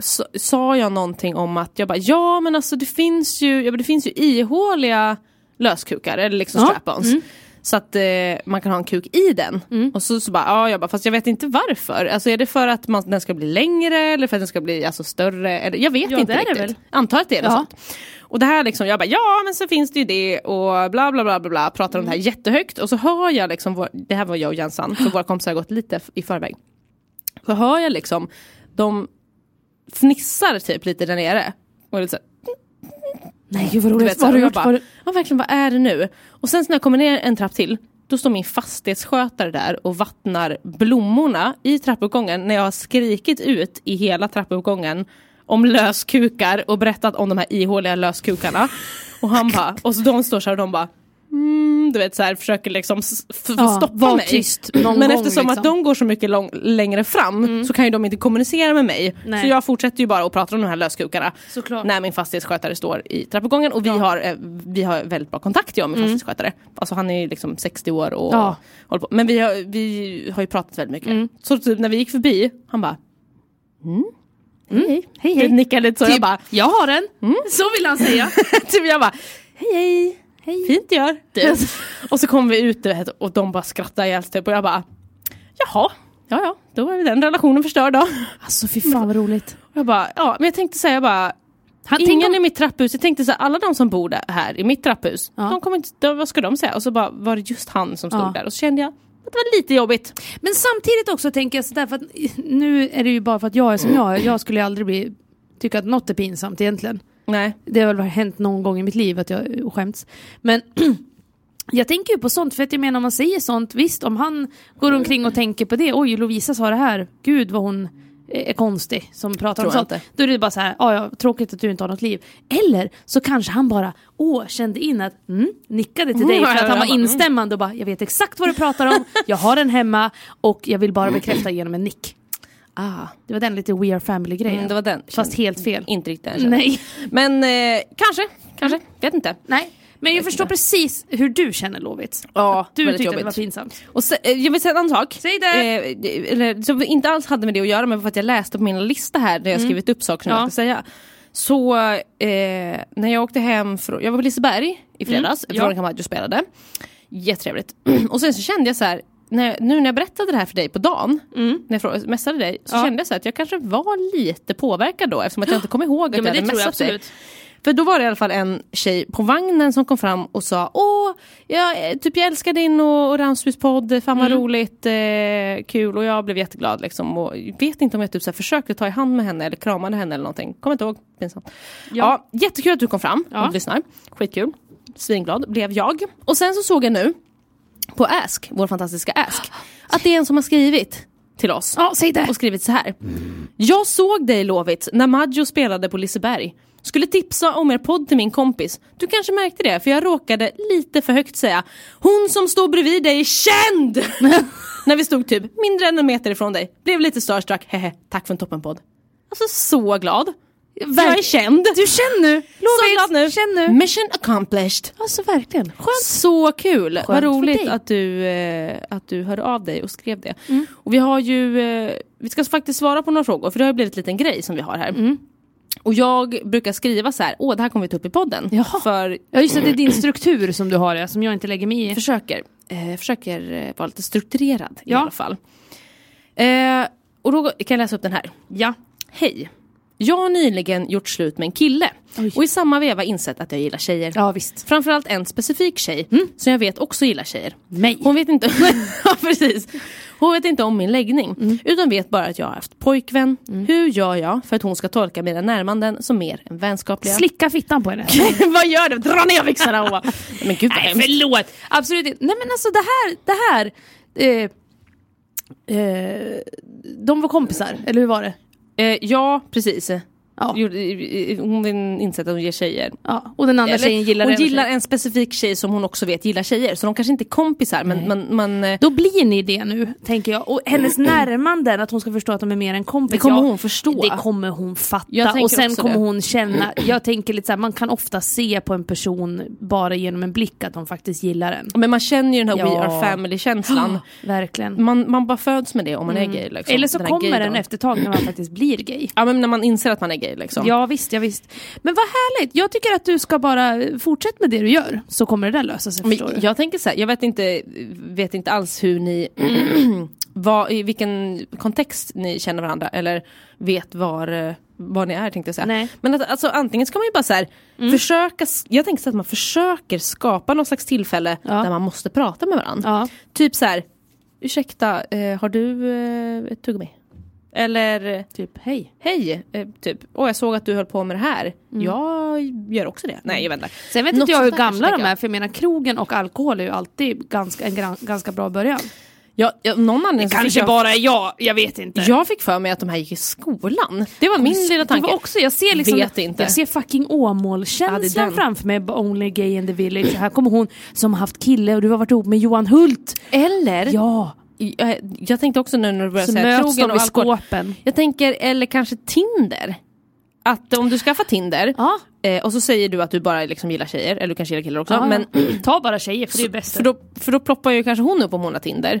S2: så sa jag någonting om att jag bara, ja men alltså det finns ju, ja, men det finns ju ihåliga löskukar eller liksom
S1: Ja, Mm.
S2: strap-ons. Så att eh, man kan ha en kuk i den. Och så, så bara, ja jag bara, fast jag vet inte varför. Alltså är det för att man, den ska bli längre eller för att den ska bli alltså, större? Eller, jag vet
S1: Ja,
S2: inte
S1: det är det
S2: riktigt.
S1: väl.
S2: Antar att det är något
S1: Ja.
S2: sånt. Och det här liksom, jag bara ja men så finns det ju det och bla bla bla bla bla pratar om det här
S1: Mm.
S2: jättehögt och så hör jag liksom, vår, det här var jag och Jensan, för våra kompisar har gått lite f- i förväg. Så hör jag liksom, de fnissar typ lite där nere. Och lite så här,
S1: Nej, gud vad
S2: du
S1: roligt.
S2: vet, så
S1: Vad
S2: här,
S1: har
S2: och
S1: du
S2: jag
S1: gjort? Vad har
S2: bara,
S1: du-
S2: ja verkligen vad är det nu? Och sen så när jag kommer ner en trapp till, då står min fastighetsskötare där och vattnar blommorna i trappuppgången när jag har skrikit ut i hela trappuppgången om löskukar och berättat om de här ihåliga löskukarna. Och han bara, och så de står så här och de bara Mm, du vet så här, försöker liksom s- f-
S1: Ja,
S2: stoppa
S1: var
S2: mig.
S1: tyst någon
S2: Men
S1: gång,
S2: eftersom att
S1: liksom. Mm.
S2: de går så mycket lång, längre fram så kan ju de inte kommunicera med mig.
S1: Nej.
S2: Så jag fortsätter ju bara att prata om de här löskukarna
S1: Såklart.
S2: när min fastighetsskötare står i trappuppgången och vi, har, eh, vi har väldigt bra kontakt jag och min fastighetsskötare. Alltså han är ju liksom 60 år och
S1: Ja.
S2: håller på. Men vi har, vi har ju pratat väldigt mycket. Så typ när vi gick förbi, han bara mm. Hej, hej. hej. Typ. Nickade lite så jag bara,
S1: Jag har den. Så vill han säga.
S2: typ jag bara hej hej, fint du gör. Du. och så kom vi ut du vet, och de bara skrattade ihjäl sig typ, och jag bara jaha, ja, ja, då var ju den relationen förstörd då.
S1: Alltså fy fan vad roligt.
S2: Och Jag bara, ja, men jag tänkte säga jag bara,
S1: Han, tänk
S2: ingen
S1: om-
S2: i mitt trapphus, jag tänkte så här, alla de som bor där, här i mitt trapphus,
S1: Ja.
S2: de kommer inte, de, vad ska de säga? Och så bara var det just han som stod
S1: Ja.
S2: där och så kände jag att det var lite jobbigt.
S1: Men samtidigt också tänker jag sådär, för att eh, nu är det ju bara för att jag är som jag är. Jag skulle ju aldrig bli, tycka att något är pinsamt egentligen.
S2: Nej.
S1: Det har väl bara hänt någon gång i mitt liv att jag eh, skämts. Men jag tänker ju på sånt, för att jag menar om man säger sånt, visst om han går omkring och tänker på det, oj Lovisa sa det här, gud vad hon eh, är konstig som pratar om
S2: Tror jag
S1: sånt.
S2: inte.
S1: Då är det bara så här, "Ja, ja, tråkigt att du inte har något liv. Eller så kanske han bara, åh, kände in att, mm, nickade till dig
S2: Mm,
S1: för att
S2: ja,
S1: han
S2: ja,
S1: var
S2: mm.
S1: instämmande och bara, jag vet exakt vad du pratar om, jag har den hemma och jag vill bara bekräfta genom en nick.
S2: Ah,
S1: Det var den lite We Are Family-grejen.
S2: Mm, det var den.
S1: Fast helt fel.
S2: inte riktigt den känner.
S1: Nej. Mm.
S2: Men eh, kanske, kanske, vet inte.
S1: Nej, men jag förstår precis hur du känner Lovits.
S2: Ja,
S1: Att du
S2: väldigt
S1: tyckte att det
S2: jobbigt.
S1: var pinsamt.
S2: Och se, eh, jag vill säga en annan sak.
S1: Säg det!
S2: Eh, det- eller, som inte alls hade med det att göra men för att jag läste på min lista här där jag skrivit upp saker som
S1: Mm. Ja.
S2: jag ska säga. Så eh, när jag åkte hem från, jag var på Liseberg i fredags,
S1: Mm, ja.
S2: Veronica Maggio spelade. Jättetrevligt. och sen så kände jag så här, när, nu när jag berättade det här för dig på dagen, när jag frå- messade dig, så
S1: Mm. Ja.
S2: kände jag så här att jag kanske var lite påverkad då eftersom att jag inte kom ihåg att
S1: Ja,
S2: jag
S1: men det
S2: hade
S1: tror jag
S2: messat dig.
S1: absolut.
S2: För då var det i alla fall en tjej på vagnen som kom fram och sa Åh, jag, eh, typ jag älskar din och, och Ramsbys podd, fan vad roligt, eh, kul och jag blev jätteglad liksom. Och vet inte om jag typ så här, försökte ta i hand med henne eller kramade henne eller någonting. Kommer inte ihåg, pinsamt. Ja. jättekul att du kom fram
S1: Ja.
S2: och lyssnar. Skitkul. Svinglad blev jag. Och sen så såg jag nu på Ask, vår fantastiska Ask, att det är en som har skrivit till oss
S1: Ja, säg det!
S2: och skrivit så här. Jag såg dig Lovits när Maggio spelade på Liseberg. Skulle tipsa om er podd till min kompis. Du kanske märkte det för jag råkade lite för högt säga Hon som står bredvid dig är känd! när vi stod typ mindre än en meter ifrån dig. Blev lite starstruck, hehe, tack för en toppenpodd. Alltså så glad. Jag är känd.
S1: Du känner nu!
S2: så glad nu. Mm.
S1: Känn nu!
S2: Mission accomplished.
S1: Alltså verkligen.
S2: Så kul!
S1: för
S2: Vad roligt
S1: dig. Mm.
S2: att du, eh, att du hörde av dig och skrev det. Och vi har ju, eh, vi ska faktiskt svara på några frågor för det har ju blivit en liten grej som vi har här.
S1: Mm.
S2: Och jag brukar skriva så här, åh det här kommer vi ta upp i podden.
S1: Jaha.
S2: För
S1: Ja just det, det är din struktur som du har ja, som jag inte lägger mig i.
S2: jag försöker, eh, försöker eh, vara lite strukturerad i
S1: Ja.
S2: alla fall. Eh, och då kan jag läsa upp den här.
S1: Ja.
S2: Hej! Jag har nyligen gjort slut med en kille
S1: Oj.
S2: och i samma veva insett att jag gillar tjejer.
S1: Ja visst.
S2: Framförallt en specifik tjej som jag vet också gillar tjejer.
S1: Mig.
S2: Hon vet inte, ja, precis. Hon vet inte om min läggning utan vet bara att jag har haft pojkvän. Hur gör jag för att hon ska tolka mina närmanden som mer än vänskapliga?
S1: Slicka fittan på henne.
S2: Vad gör du? Dra ner byxorna Hoa! Men gud vad
S1: Nej
S2: hemskt.
S1: förlåt! Absolut inte. Nej men alltså det här, det här. Eh, eh, de var kompisar, eller hur var det?
S2: Eh, ja precis.
S1: Ja.
S2: Gjorde- eh, eh, Hon insett att hon ger tjejer.
S1: ja. Och den andra
S2: Eller,
S1: tjejen gillar
S2: hon
S1: den
S2: gillar
S1: tjejen.
S2: en specifik tjej som hon också vet gillar tjejer. Så de kanske inte är kompisar men man, man, eh,
S1: Då blir ni det nu, tänker jag. Och hennes närmanden, att hon ska förstå att de är mer än kompis.
S2: Det kommer
S1: ja,
S2: hon förstå.
S1: Det kommer hon
S2: Jag
S1: fatta.
S2: tänker
S1: Och sen
S2: också
S1: kommer
S2: det.
S1: hon känna, jag tänker lite så här, man kan ofta se på en person bara genom en blick att de faktiskt gillar en.
S2: men man känner ju den här
S1: Ja.
S2: We Are Family-känslan.
S1: Verkligen.
S2: Man, man bara föds med det om man är gay. Alltså. Liksom.
S1: Mm. Eller så
S2: Den här
S1: kommer den
S2: gaydagen.
S1: efter ett tag när man faktiskt blir gay.
S2: Ja men när man inser att man är gay liksom.
S1: Ja visst, ja visst. Men vad härligt, jag tycker att du ska bara fortsätta med det du gör så kommer det där lösa sig.
S2: Men
S1: Förstår du?
S2: jag tänker så här, jag vet inte, vet inte alls hur ni, vad, i vilken kontext ni känner varandra eller vet var, eh, var ni är tänkte jag säga.
S1: Nej. Mm.
S2: Men att, alltså, antingen ska man ju bara så här, försöka, jag tänker så här att man försöker skapa någon slags tillfälle där man måste prata med varandra.
S1: Ja.
S2: Typ så här, ursäkta, eh, har du eh, ett tuggummi? Eller eh,
S1: Typ, hej.
S2: Hej, eh, typ. Åh, jag såg att du höll på med det här. Jag gör också det. Nej, jag väntar.
S1: Sen vet
S2: Något
S1: inte jag hur
S2: sånt där kanske,
S1: gamla de
S2: tänker jag.
S1: är, för jag menar krogen och alkohol är ju alltid ganska, en gran- ganska bra början.
S2: Ja, ja, någon anledning så fick jag,
S1: bara är jag, jag vet inte.
S2: Jag fick för mig att de här gick i skolan. Det var min lilla tanke.
S1: Det var också, jag ser liksom,
S2: Vet inte.
S1: Jag ser fucking
S2: Ja, det är
S1: Åmål-känslan
S2: den.
S1: framför mig, Only Gay in the Village. Här kommer hon som har haft kille och du har varit ihop med Johan Hult.
S2: Eller,
S1: Ja,
S2: jag, eh, jag tänkte också nu när du började
S1: så
S2: säga
S1: möts
S2: krogen
S1: de
S2: och
S1: i
S2: alkohol.
S1: skåpen.
S2: Jag tänker, eller kanske Tinder. Att om du skaffar Tinder
S1: Ja.
S2: eh, och så säger du att du bara liksom gillar tjejer, eller du kanske gillar killar också.
S1: Ja,
S2: men,
S1: ja. ta bara tjejer för det är bäst.
S2: För då, för då ploppar ju kanske hon upp om hon har Tinder.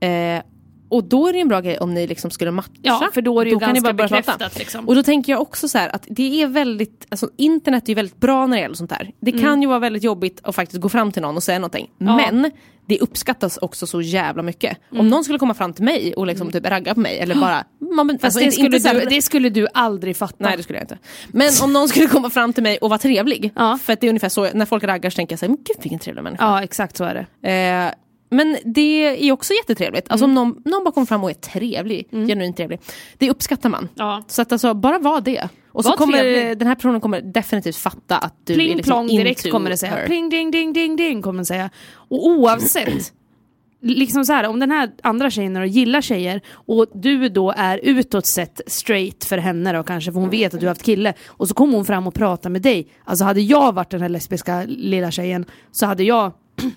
S2: Eh, Och då är det ju en bra grej om ni liksom skulle matcha.
S1: Ja, för då är det ju
S2: kan ni
S1: ganska
S2: bara börja
S1: bekräftat,
S2: prata.
S1: liksom.
S2: Och då tänker jag också så här att det är väldigt, alltså internet är ju väldigt bra när det gäller sånt här. Det
S1: Mm.
S2: kan ju vara väldigt jobbigt att faktiskt gå fram till någon och säga någonting. Men det uppskattas också så jävla mycket.
S1: Mm.
S2: Om någon skulle komma fram till mig och liksom typ ragga på mig eller bara... Man, men,
S1: Fast
S2: alltså,
S1: det,
S2: inte-
S1: skulle
S2: inte så här-
S1: du, det skulle du aldrig fatta.
S2: Nej det skulle jag inte. Men om någon skulle komma fram till mig och vara trevlig. För att det är ungefär så, när folk raggar så tänker jag såhär, men gud vilken trevlig människa.
S1: Ja, exakt så är det.
S2: Eh, men det är också jättetrevligt. Alltså
S1: Mm.
S2: om någon, någon bara kommer fram och är trevlig, genuint trevlig. Det uppskattar man.
S1: Ja.
S2: Så att alltså, bara var det. Och så
S1: Var
S2: kommer
S1: trevlig.
S2: den här personen kommer definitivt fatta att du är
S1: Pling
S2: liksom
S1: plong direkt
S2: into
S1: kommer det säga.
S2: her.
S1: Pling ding ding ding ding kommer det säga. Och oavsett, liksom så här, om den här andra tjejen då gillar tjejer och du då är utåt sett straight för henne då kanske, för hon vet att du har haft kille och så kommer hon fram och pratar med dig. Alltså hade jag varit den här lesbiska lilla tjejen så hade jag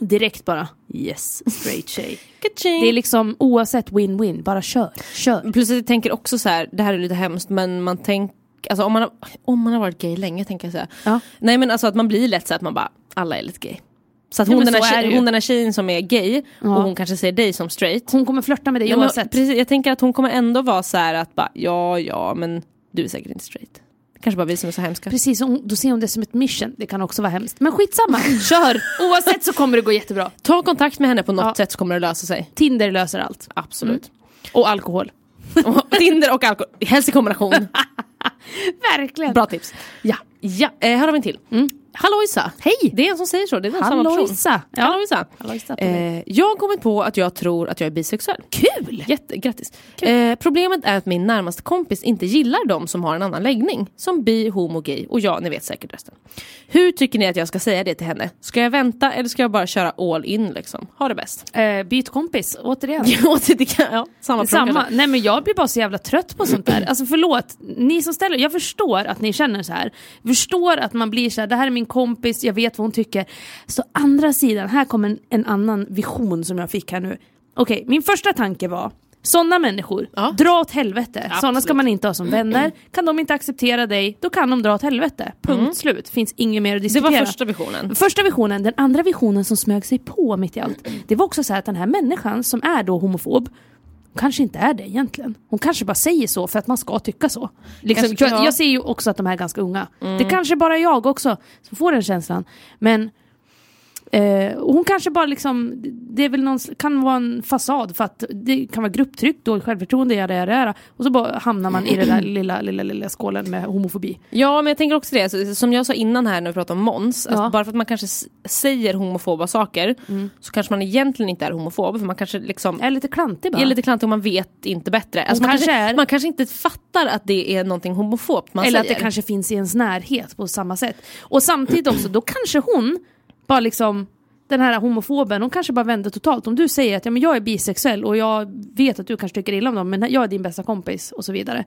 S1: direkt bara yes, straight tjej. Det är liksom oavsett win-win, bara kör, kör.
S2: Plus att jag tänker också så här, det här är lite hemskt men man tänker, alltså om man, har, om man har varit gay länge tänker jag säga.
S1: Ja.
S2: Nej men alltså att man blir lätt så att man bara, alla är lite gay. Så att
S1: Ja,
S2: hon,
S1: men
S2: den, här
S1: så är det
S2: tjej,
S1: ju.
S2: hon den här tjejen som är gay och hon kanske ser dig som straight.
S1: Hon kommer flörta med dig
S2: Ja, men,
S1: oavsett.
S2: precis, jag tänker att hon kommer ändå vara så här att bara, ja ja men du är säkert inte straight. Det kanske bara vi som är så hemska.
S1: Precis, och hon- då ser hon det som ett mission. Det kan också vara hemskt. Men skitsamma, kör! Oavsett så kommer det gå jättebra.
S2: Ta kontakt med henne på något
S1: Ja.
S2: sätt så kommer det lösa sig.
S1: Tinder löser allt.
S2: Absolut.
S1: Och alkohol.
S2: Mm. Och Tinder och alkohol, helst i kombination.
S1: Verkligen.
S2: Bra tips.
S1: Ja. Mm.
S2: Ja, eh, här har vi en till. Hallojsa!
S1: Hej!
S2: Det är en som säger så, det är väl samma person.
S1: Hallojsa!
S2: Ja. Hallojsa!
S1: Hallojsa på dig.
S2: Eh, jag har kommit på att jag tror att jag är bisexuell.
S1: Kul!
S2: Jätte, grattis. Eh, problemet är att min närmaste kompis inte gillar de som har en annan läggning. Som bi, homo, gay och ja, ni vet säkert resten. Hur tycker ni att jag ska säga det till henne? Ska jag vänta eller ska jag bara köra all in liksom? Ha det bäst.
S1: Eh, byt kompis, återigen.
S2: ja, det kan, ja, samma problem
S1: Samma.
S2: kanske.
S1: Nej men jag blir bara så jävla trött på sånt där. Alltså förlåt, ni som ställer, jag förstår att ni känner så här. Jag förstår att man blir så här, det här är min kompis, jag vet vad hon tycker. Så andra sidan, här kommer en, en annan vision som jag fick här nu. Okej, min första tanke var, sådana människor, dra åt helvete. Sådana ska man inte ha som vänner. Kan de inte acceptera dig, då kan de dra åt helvete. Punkt slut, finns inget mer att
S2: Mm. Det
S1: diskutera.
S2: var första visionen.
S1: Mm. Första visionen, den andra visionen som smög sig på mitt i allt, det var också så här att den här människan som är då homofob, hon kanske inte är det egentligen. Hon kanske bara säger så för att man ska tycka så. Liksom,
S2: Kanske,
S1: jag,
S2: ja.
S1: jag ser ju också att de här är ganska unga. Det kanske bara är jag också som får den känslan. Men eh, och hon kanske bara liksom, det är väl någon, sl- kan vara en fasad för att det kan vara grupptryck, dåligt självförtroende, jada, jada, jada. Och så bara hamnar man i den där lilla, lilla, lilla skålen med homofobi.
S2: Ja men jag tänker också det, alltså, som jag sa innan här när vi pratade om Måns, alltså,
S1: Ja.
S2: bara för att man kanske s- säger homofoba saker så kanske man egentligen inte är homofob för man kanske liksom
S1: Jag är lite klantig bara.
S2: är lite klantig och man vet inte bättre. Alltså,
S1: Hon
S2: man, kanske
S1: kanske är-
S2: man kanske inte fattar att det är någonting homofobt man
S1: Eller att
S2: säger.
S1: det kanske finns i ens närhet på samma sätt. Och samtidigt också, då kanske hon, bara liksom den här homofoben, hon kanske bara vänder totalt. Om du säger att ja, men jag är bisexuell och jag vet att du kanske tycker illa om dem, men jag är din bästa kompis och så vidare.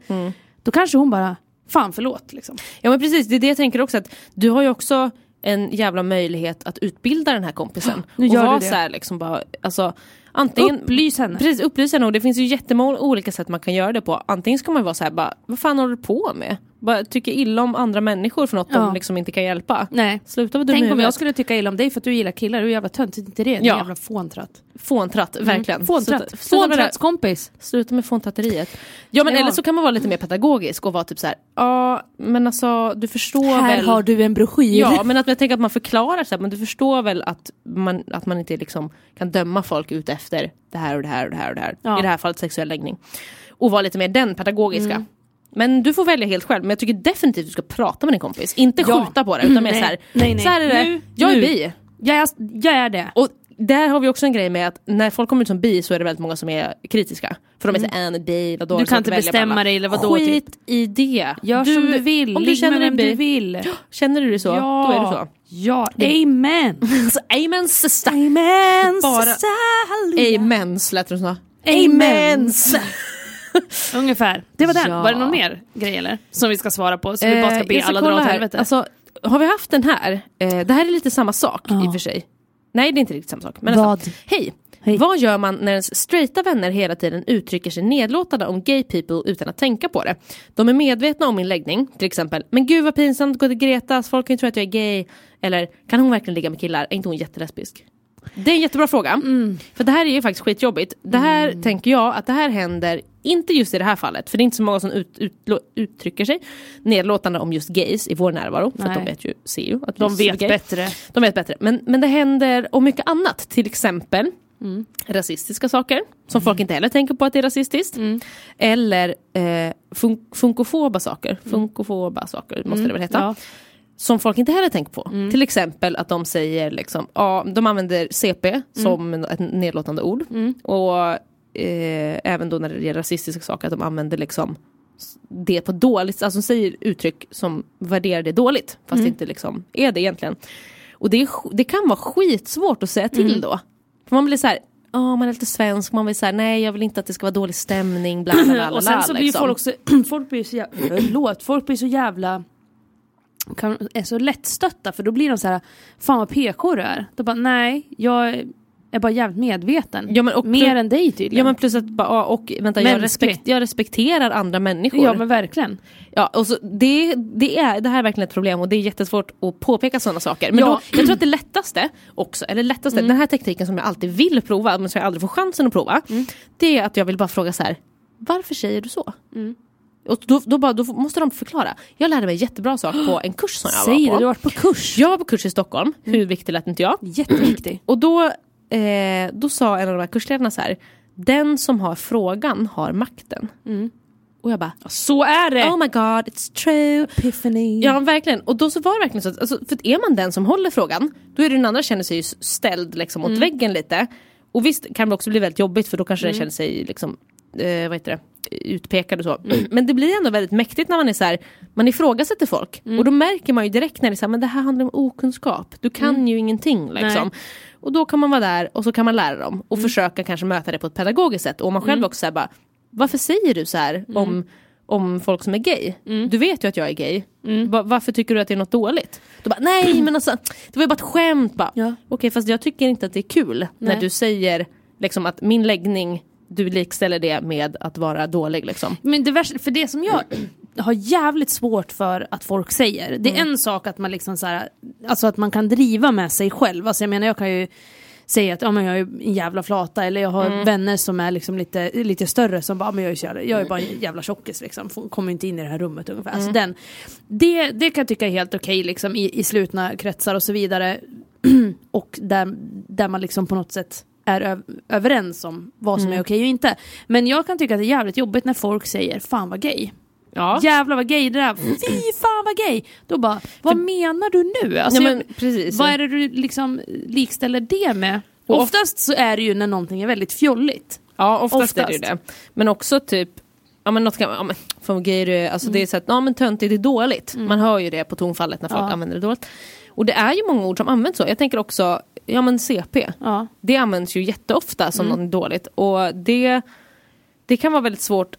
S1: Då kanske hon bara, fan förlåt. Liksom.
S2: Ja men precis, det är det jag tänker också. Att du har ju också en jävla möjlighet att utbilda den här kompisen.
S1: Nu
S2: och
S1: gör du
S2: vara
S1: det.
S2: så här liksom bara, alltså, antingen,
S1: Upplys henne.
S2: Precis, upplys henne. Och det finns ju jättemånga olika sätt man kan göra det på. Antingen ska man ju vara så här, bara, vad fan håller du på med? Bara tycker illa om andra människor för något
S1: Ja.
S2: de liksom inte kan hjälpa.
S1: Nej.
S2: Sluta vara dum i
S1: Tänk om
S2: huvudet.
S1: jag skulle tycka illa om dig för att du gillar killar, du är jävla tönt, inte det? Din
S2: Ja.
S1: jävla fåntratt.
S2: Fåntratt, verkligen.
S1: Mm. Fåntratt.
S2: Sluta- sluta med det där.
S1: Fåntrattskompis.
S2: Sluta med fåntatteriet. Ja men
S1: Ja.
S2: eller så kan man vara lite mer pedagogisk och vara typ så här, ja men alltså du förstår väl.
S1: du en broschyr.
S2: Ja men att jag tänker att man förklarar så här, men du förstår väl att man, att man inte liksom kan döma folk ut efter det här och det här och det här och det här.
S1: Ja.
S2: I det här fallet sexuell läggning. Och vara lite mer den pedagogiska.
S1: Mm.
S2: Men du får välja helt själv, men jag tycker definitivt du ska prata med din kompis. Inte
S1: Ja.
S2: skjuta på det utan mer
S1: Nej.
S2: såhär,
S1: Nej, nej.
S2: så här är det,
S1: Nu,
S2: jag är
S1: nu.
S2: bi.
S1: Jag, är, jag är det.
S2: Och där har vi också en grej med att när folk kommer ut som bi så är det väldigt många som är kritiska. För de är såhär, en bi, vadå?
S1: Mm. Du
S2: det ska
S1: kan
S2: inte
S1: inte
S2: välja,
S1: bestämma
S2: bla, bla.
S1: dig eller vadå, typ.
S2: Skit i det.
S1: Gör som du vill,
S2: Om du
S1: ligg
S2: känner
S1: med
S2: dig
S1: vem du
S2: bi,
S1: vill.
S2: Känner du dig så,
S1: Ja.
S2: då är du så.
S1: Ja, amen.
S2: Så amen sister.
S1: Amen,
S2: Bara-
S1: Cecilia.
S2: Amens lät det som.
S1: Amens. Ungefär. Det var den.
S2: Ja.
S1: Var det någon mer grej eller? Som vi ska svara på? Så vi bara ska
S2: Eh,
S1: be alla dra åt helvete?
S2: Alltså, har vi haft den här? Eh, det här är lite samma sak i och för sig. Nej det är inte riktigt samma sak. Men
S1: Vad?
S2: nästan. Hej.
S1: Hej.
S2: Vad gör man när ens straighta vänner hela tiden uttrycker sig nedlåtande om gay people utan att tänka på det? De är medvetna om min läggning, till exempel. Men gud vad pinsamt, gå till Gretas, folk kan ju tro att jag är gay. Eller, kan hon verkligen ligga med killar? Är inte hon jättelesbisk? Det är en jättebra fråga.
S1: Mm.
S2: För det här är ju faktiskt skitjobbigt. Det här tänker jag att det här händer, inte just i det här fallet, för det är inte så många som ut, ut, uttrycker sig nedlåtande om just gays i vår närvaro. För att
S1: Nej.
S2: de vet ju, ser ju att
S1: De
S2: just
S1: vet
S2: gay.
S1: bättre.
S2: De vet bättre. Men, men det händer om mycket annat, till exempel rasistiska saker som folk inte heller tänker på att det är rasistiskt. Eller eh, fun- funkofoba saker, funkofoba saker måste det väl heta
S1: Ja.
S2: som folk inte heller tänker på. Till exempel att de säger, liksom, ja, de använder CP som en- ett nedlåtande ord. Och eh, även då när det gäller rasistiska saker, att de använder liksom s- det på dåligt, alltså de säger uttryck som värderar det dåligt. Fast
S1: Mm.
S2: det inte liksom är det egentligen. Och det, är, sk- det kan vara skitsvårt att säga
S1: Mm.
S2: till då. För man blir så här, "Ja, man är lite svensk, man vill säga nej jag vill inte att det ska vara dålig stämning, bla bla bla. bla
S1: Och sen så blir ju
S2: liksom.
S1: folk så, folk blir så jävla, förlåt, folk blir så jävla kan, är så lättstötta för då blir de så här, fan vad PK du är. Då bara, nej, jag är bara jävligt medveten.
S2: Ja, men och-
S1: Mer än dig tydligen.
S2: Ja men plus att, bara, ja, och vänta jag,
S1: Mänsklig.
S2: respekt, jag respekterar andra människor.
S1: ja men verkligen.
S2: Ja, och så det, det, är, det här är verkligen ett problem och det är jättesvårt att påpeka sådana saker. Men
S1: Ja. Mm.
S2: då, jag tror att det lättaste också, eller lättaste, den här tekniken som jag alltid vill prova men som jag aldrig får chansen att prova.
S1: Mm.
S2: Det är att jag vill bara fråga så här, varför säger du så?
S1: Mm.
S2: Och då, då, bara, då måste de förklara. Jag lärde mig en jättebra sak på en kurs som jag
S1: Säg det,
S2: var på.
S1: du har varit på kurs. Mm.
S2: Jag var på kurs i Stockholm, hur viktigt lät inte jag.
S1: Jätteviktig.
S2: Och då, eh, då sa en av de här kursledarna så här, den som har frågan har makten. Och jag bara,
S1: Mm. Så är det!
S2: oh my god it's true.
S1: Epiphany.
S2: Ja verkligen, och då så var det verkligen så att, alltså, för att är man den som håller frågan, då är det den andra känner sig ju ställd liksom mot väggen lite. Och visst kan det också bli väldigt jobbigt för då kanske den känner sig liksom, eh, vad heter det? utpekad och så. Men det blir ändå väldigt mäktigt när man är så här, man ifrågasätter folk. Och då märker man ju direkt när det är så här, men det här handlar om okunskap, du kan ju ingenting liksom. Och då kan man vara där och så kan man lära dem och försöka kanske möta det på ett pedagogiskt sätt. Och om man själv också säger bara, varför säger du så här
S1: Mm.
S2: om om folk som är gay. Du vet ju att jag är gay.
S1: Mm.
S2: Va- varför tycker du att det är något dåligt? Då bara, nej men alltså, det var ju bara ett skämt. Bara.
S1: Ja.
S2: Okej fast jag tycker inte att det är kul när
S1: Nej.
S2: du säger liksom, att min läggning, du likställer det med att vara dålig. Liksom.
S1: Men det värsta, för det som jag har jävligt svårt för att folk säger, det är en sak att man liksom så här, alltså att man kan driva med sig själv, alltså jag menar jag kan ju säga att ja, men jag är en jävla flata eller jag har vänner som är liksom lite, lite större som bara, ja, men jag, är så jävla, jag är bara en jävla tjockis liksom, Får- kommer inte in i det här rummet ungefär. Alltså den, det, det kan jag tycka är helt okej liksom, i, i slutna kretsar och så vidare. och där, där man liksom på något sätt är ö- överens om vad
S2: Mm.
S1: som är okej och inte. Men jag kan tycka att det är jävligt jobbigt när folk säger fan vad gay.
S2: Ja. Mm.
S1: Jävlar vad gay det där, fy fan vad gay! Då bara, vad menar du nu? Alltså,
S2: Ja, men
S1: jag-
S2: precis.
S1: Vad är det du liksom likställer det med?
S2: Och of-
S1: oftast så är det ju när någonting är väldigt fjolligt.
S2: Ja, oftast, är det ju det.
S1: Oftast.
S2: Men också typ, ja men något kan ja men fan vad gay du är. alltså det
S1: Mm.
S2: är så att, ja men töntigt är dåligt. Man hör ju det på tonfallet när folk använder det dåligt. Och det är ju många ord som används så. Jag tänker också, ja men CP.
S1: Ja. Mm.
S2: Det används ju jätteofta som något dåligt. Och det, det kan vara väldigt svårt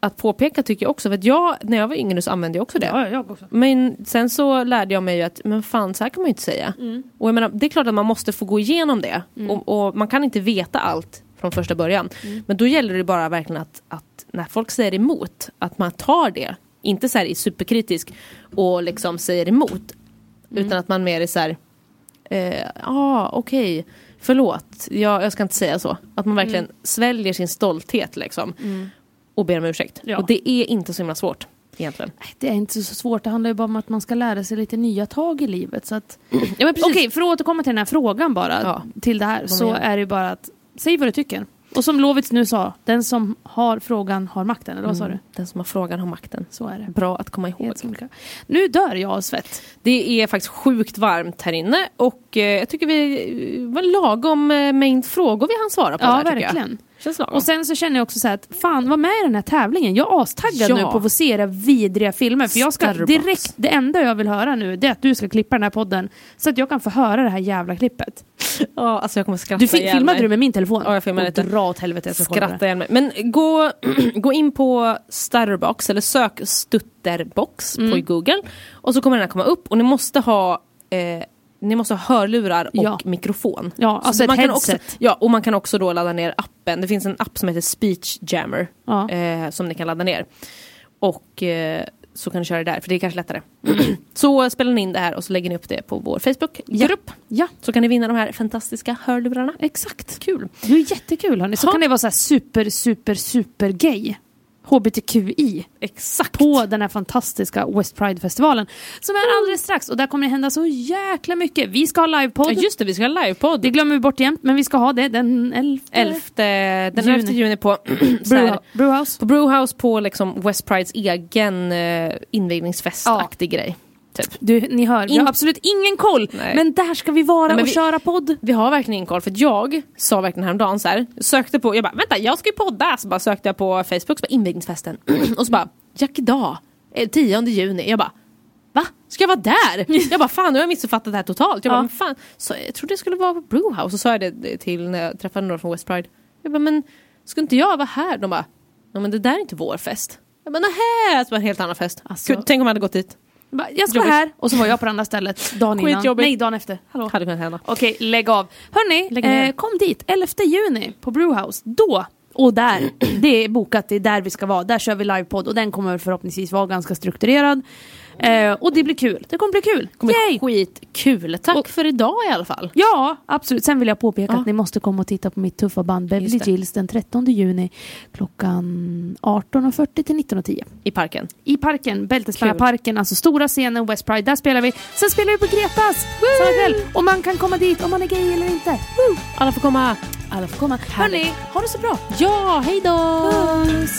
S2: att påpeka tycker jag också. För att jag, när jag var yngre så använde jag också det.
S1: jag också.
S2: Men sen så lärde jag mig ju att men fan så här kan man ju inte säga.
S1: Mm.
S2: Och jag menar, det är klart att man måste få gå igenom det. Och, och man kan inte veta allt från första början.
S1: Mm.
S2: Men då gäller det bara verkligen att, att när folk säger emot, att man tar det. Inte så här är superkritisk och liksom säger emot.
S1: Mm.
S2: Utan att man mer är så här, eh, ah, okej, förlåt, jag, jag ska inte säga så. Att man verkligen
S1: Mm.
S2: sväljer sin stolthet liksom. Och ber om ursäkt.
S1: Ja.
S2: Och det är inte så himla svårt egentligen.
S1: Det är inte så svårt, det handlar ju bara om att man ska lära sig lite nya tag i livet. Så att...
S2: Ja, men precis.
S1: Okej, för att återkomma till den här frågan bara,
S2: Ja.
S1: till det här, så
S2: gör.
S1: är det ju bara att säg vad du tycker. Och som Lovits nu sa, den som har frågan har makten, eller vad sa du?
S2: Mm. Den som har frågan har makten.
S1: Så är det.
S2: Bra att komma ihåg.
S1: Helt olika. Nu dör jag av svett.
S2: Det är faktiskt sjukt varmt här inne och eh, jag tycker vi eh, var lagom eh, mängd frågor vi hann svara på.
S1: Ja,
S2: där, tycker
S1: verkligen.
S2: Jag. Känns lagom.
S1: Och sen så känner jag också så här att fan, var med i den här tävlingen. Jag är astaggad
S2: Ja.
S1: nu på att få se era vidriga filmer. För jag ska
S2: Starbucks.
S1: direkt, det enda jag vill höra nu det är att du ska klippa den här podden så att jag kan få höra det här jävla klippet.
S2: ja, alltså jag kommer skratta
S1: Du fi-
S2: ihjäl
S1: filmade
S2: mig.
S1: du med min telefon?
S2: Ja, jag filmade
S1: Och
S2: lite.
S1: Dra åt helvete. Jag ska kolla på det.
S2: Skratta ihjäl mig. Men gå, gå in på Stutterbox eller sök Stutterbox på
S1: Mm.
S2: Google och så kommer den här komma upp och ni måste ha eh, ni måste ha hörlurar och
S1: Ja.
S2: mikrofon.
S1: Ja,
S2: Så
S1: alltså ett
S2: kan också,
S1: headset.
S2: ja, och man kan också då ladda ner appen. Det finns en app som heter Speech Jammer
S1: Ja.
S2: eh, som ni kan ladda ner. Och eh, så kan du köra det där, för det är kanske lättare. så spelar ni in det här och så lägger ni upp det på vår Facebookgrupp.
S1: Ja.
S2: Så kan ni vinna de här fantastiska hörlurarna. Exakt. Kul.
S1: Det är ju jättekul hörni. Så
S2: Ja.
S1: kan det vara så här super, super, super gay. HBTQI. Exakt. På den här fantastiska West Pride-festivalen. Som är alldeles strax och där kommer det hända så jäkla mycket. Vi ska ha livepodd.
S2: just det, vi ska ha livepodd.
S1: Det glömmer vi bort jämt men vi ska ha det den 11.
S2: elfte, den
S1: Juni.
S2: 11 juni på, så här,
S1: Brew- Brewhouse.
S2: på Brewhouse på liksom West Prides egen eh, invigningsfestaktig grej. Typ.
S1: Du, ni hör, vi
S2: In-
S1: har absolut ingen koll.
S2: Nej.
S1: Men där ska vi vara
S2: Nej, men
S1: och
S2: vi-
S1: köra podd.
S2: Vi har verkligen ingen koll för jag sa verkligen häromdagen så här, sökte på, jag bara vänta jag ska ju podda, så bara sökte jag på Facebook, så bara invigningsfesten och så bara Jack idag, eh, 10 juni, jag bara Va? Ska jag vara där? Jag bara fan nu har jag missuppfattat det här totalt. Jag bara,
S1: Ja.
S2: men fan. Så, jag trodde det skulle vara på Brewhouse och så sa jag det till när jag träffade några från West Pride. Jag bara men ska inte jag vara här? De bara ja men det där är inte vår fest. Jag bara nähä, det var en helt annan fest. Gud, tänk om jag hade gått dit.
S1: Bara, Jag ska vara
S2: Jobbigt.
S1: här och så var jag på det andra stället dagen innan.
S2: Skitjobbigt.
S1: Nej, dagen efter. Hallå.
S2: Hade kunnat hända.
S1: Okej, lägg av.
S2: Lägg
S1: Hörni,
S2: ner.
S1: eh, kom dit 11 juni på Brewhouse. Då och där, det är bokat, det är där vi ska vara. Där kör vi livepodd och den kommer förhoppningsvis vara ganska strukturerad. Eh, och det blir kul, det kommer bli kul.
S2: kommer
S1: Yay!
S2: skitkul. Tack för idag i alla fall.
S1: Ja, absolut. Sen vill jag påpeka
S2: Ja.
S1: att ni måste komma och titta på mitt tuffa band Beverly
S2: Just det.
S1: Gills den 13 juni klockan 18.40 till 19.10.
S2: I parken.
S1: I parken, Bältesbergaparken, alltså stora scenen West Pride, där spelar vi. Sen spelar vi på Gretas samma kväll och man kan komma dit om man är gay eller inte. Woo!
S2: Alla får komma.
S1: Alla får komma. Hörni, ha det så bra!
S2: Ja, hej då!
S1: Puss!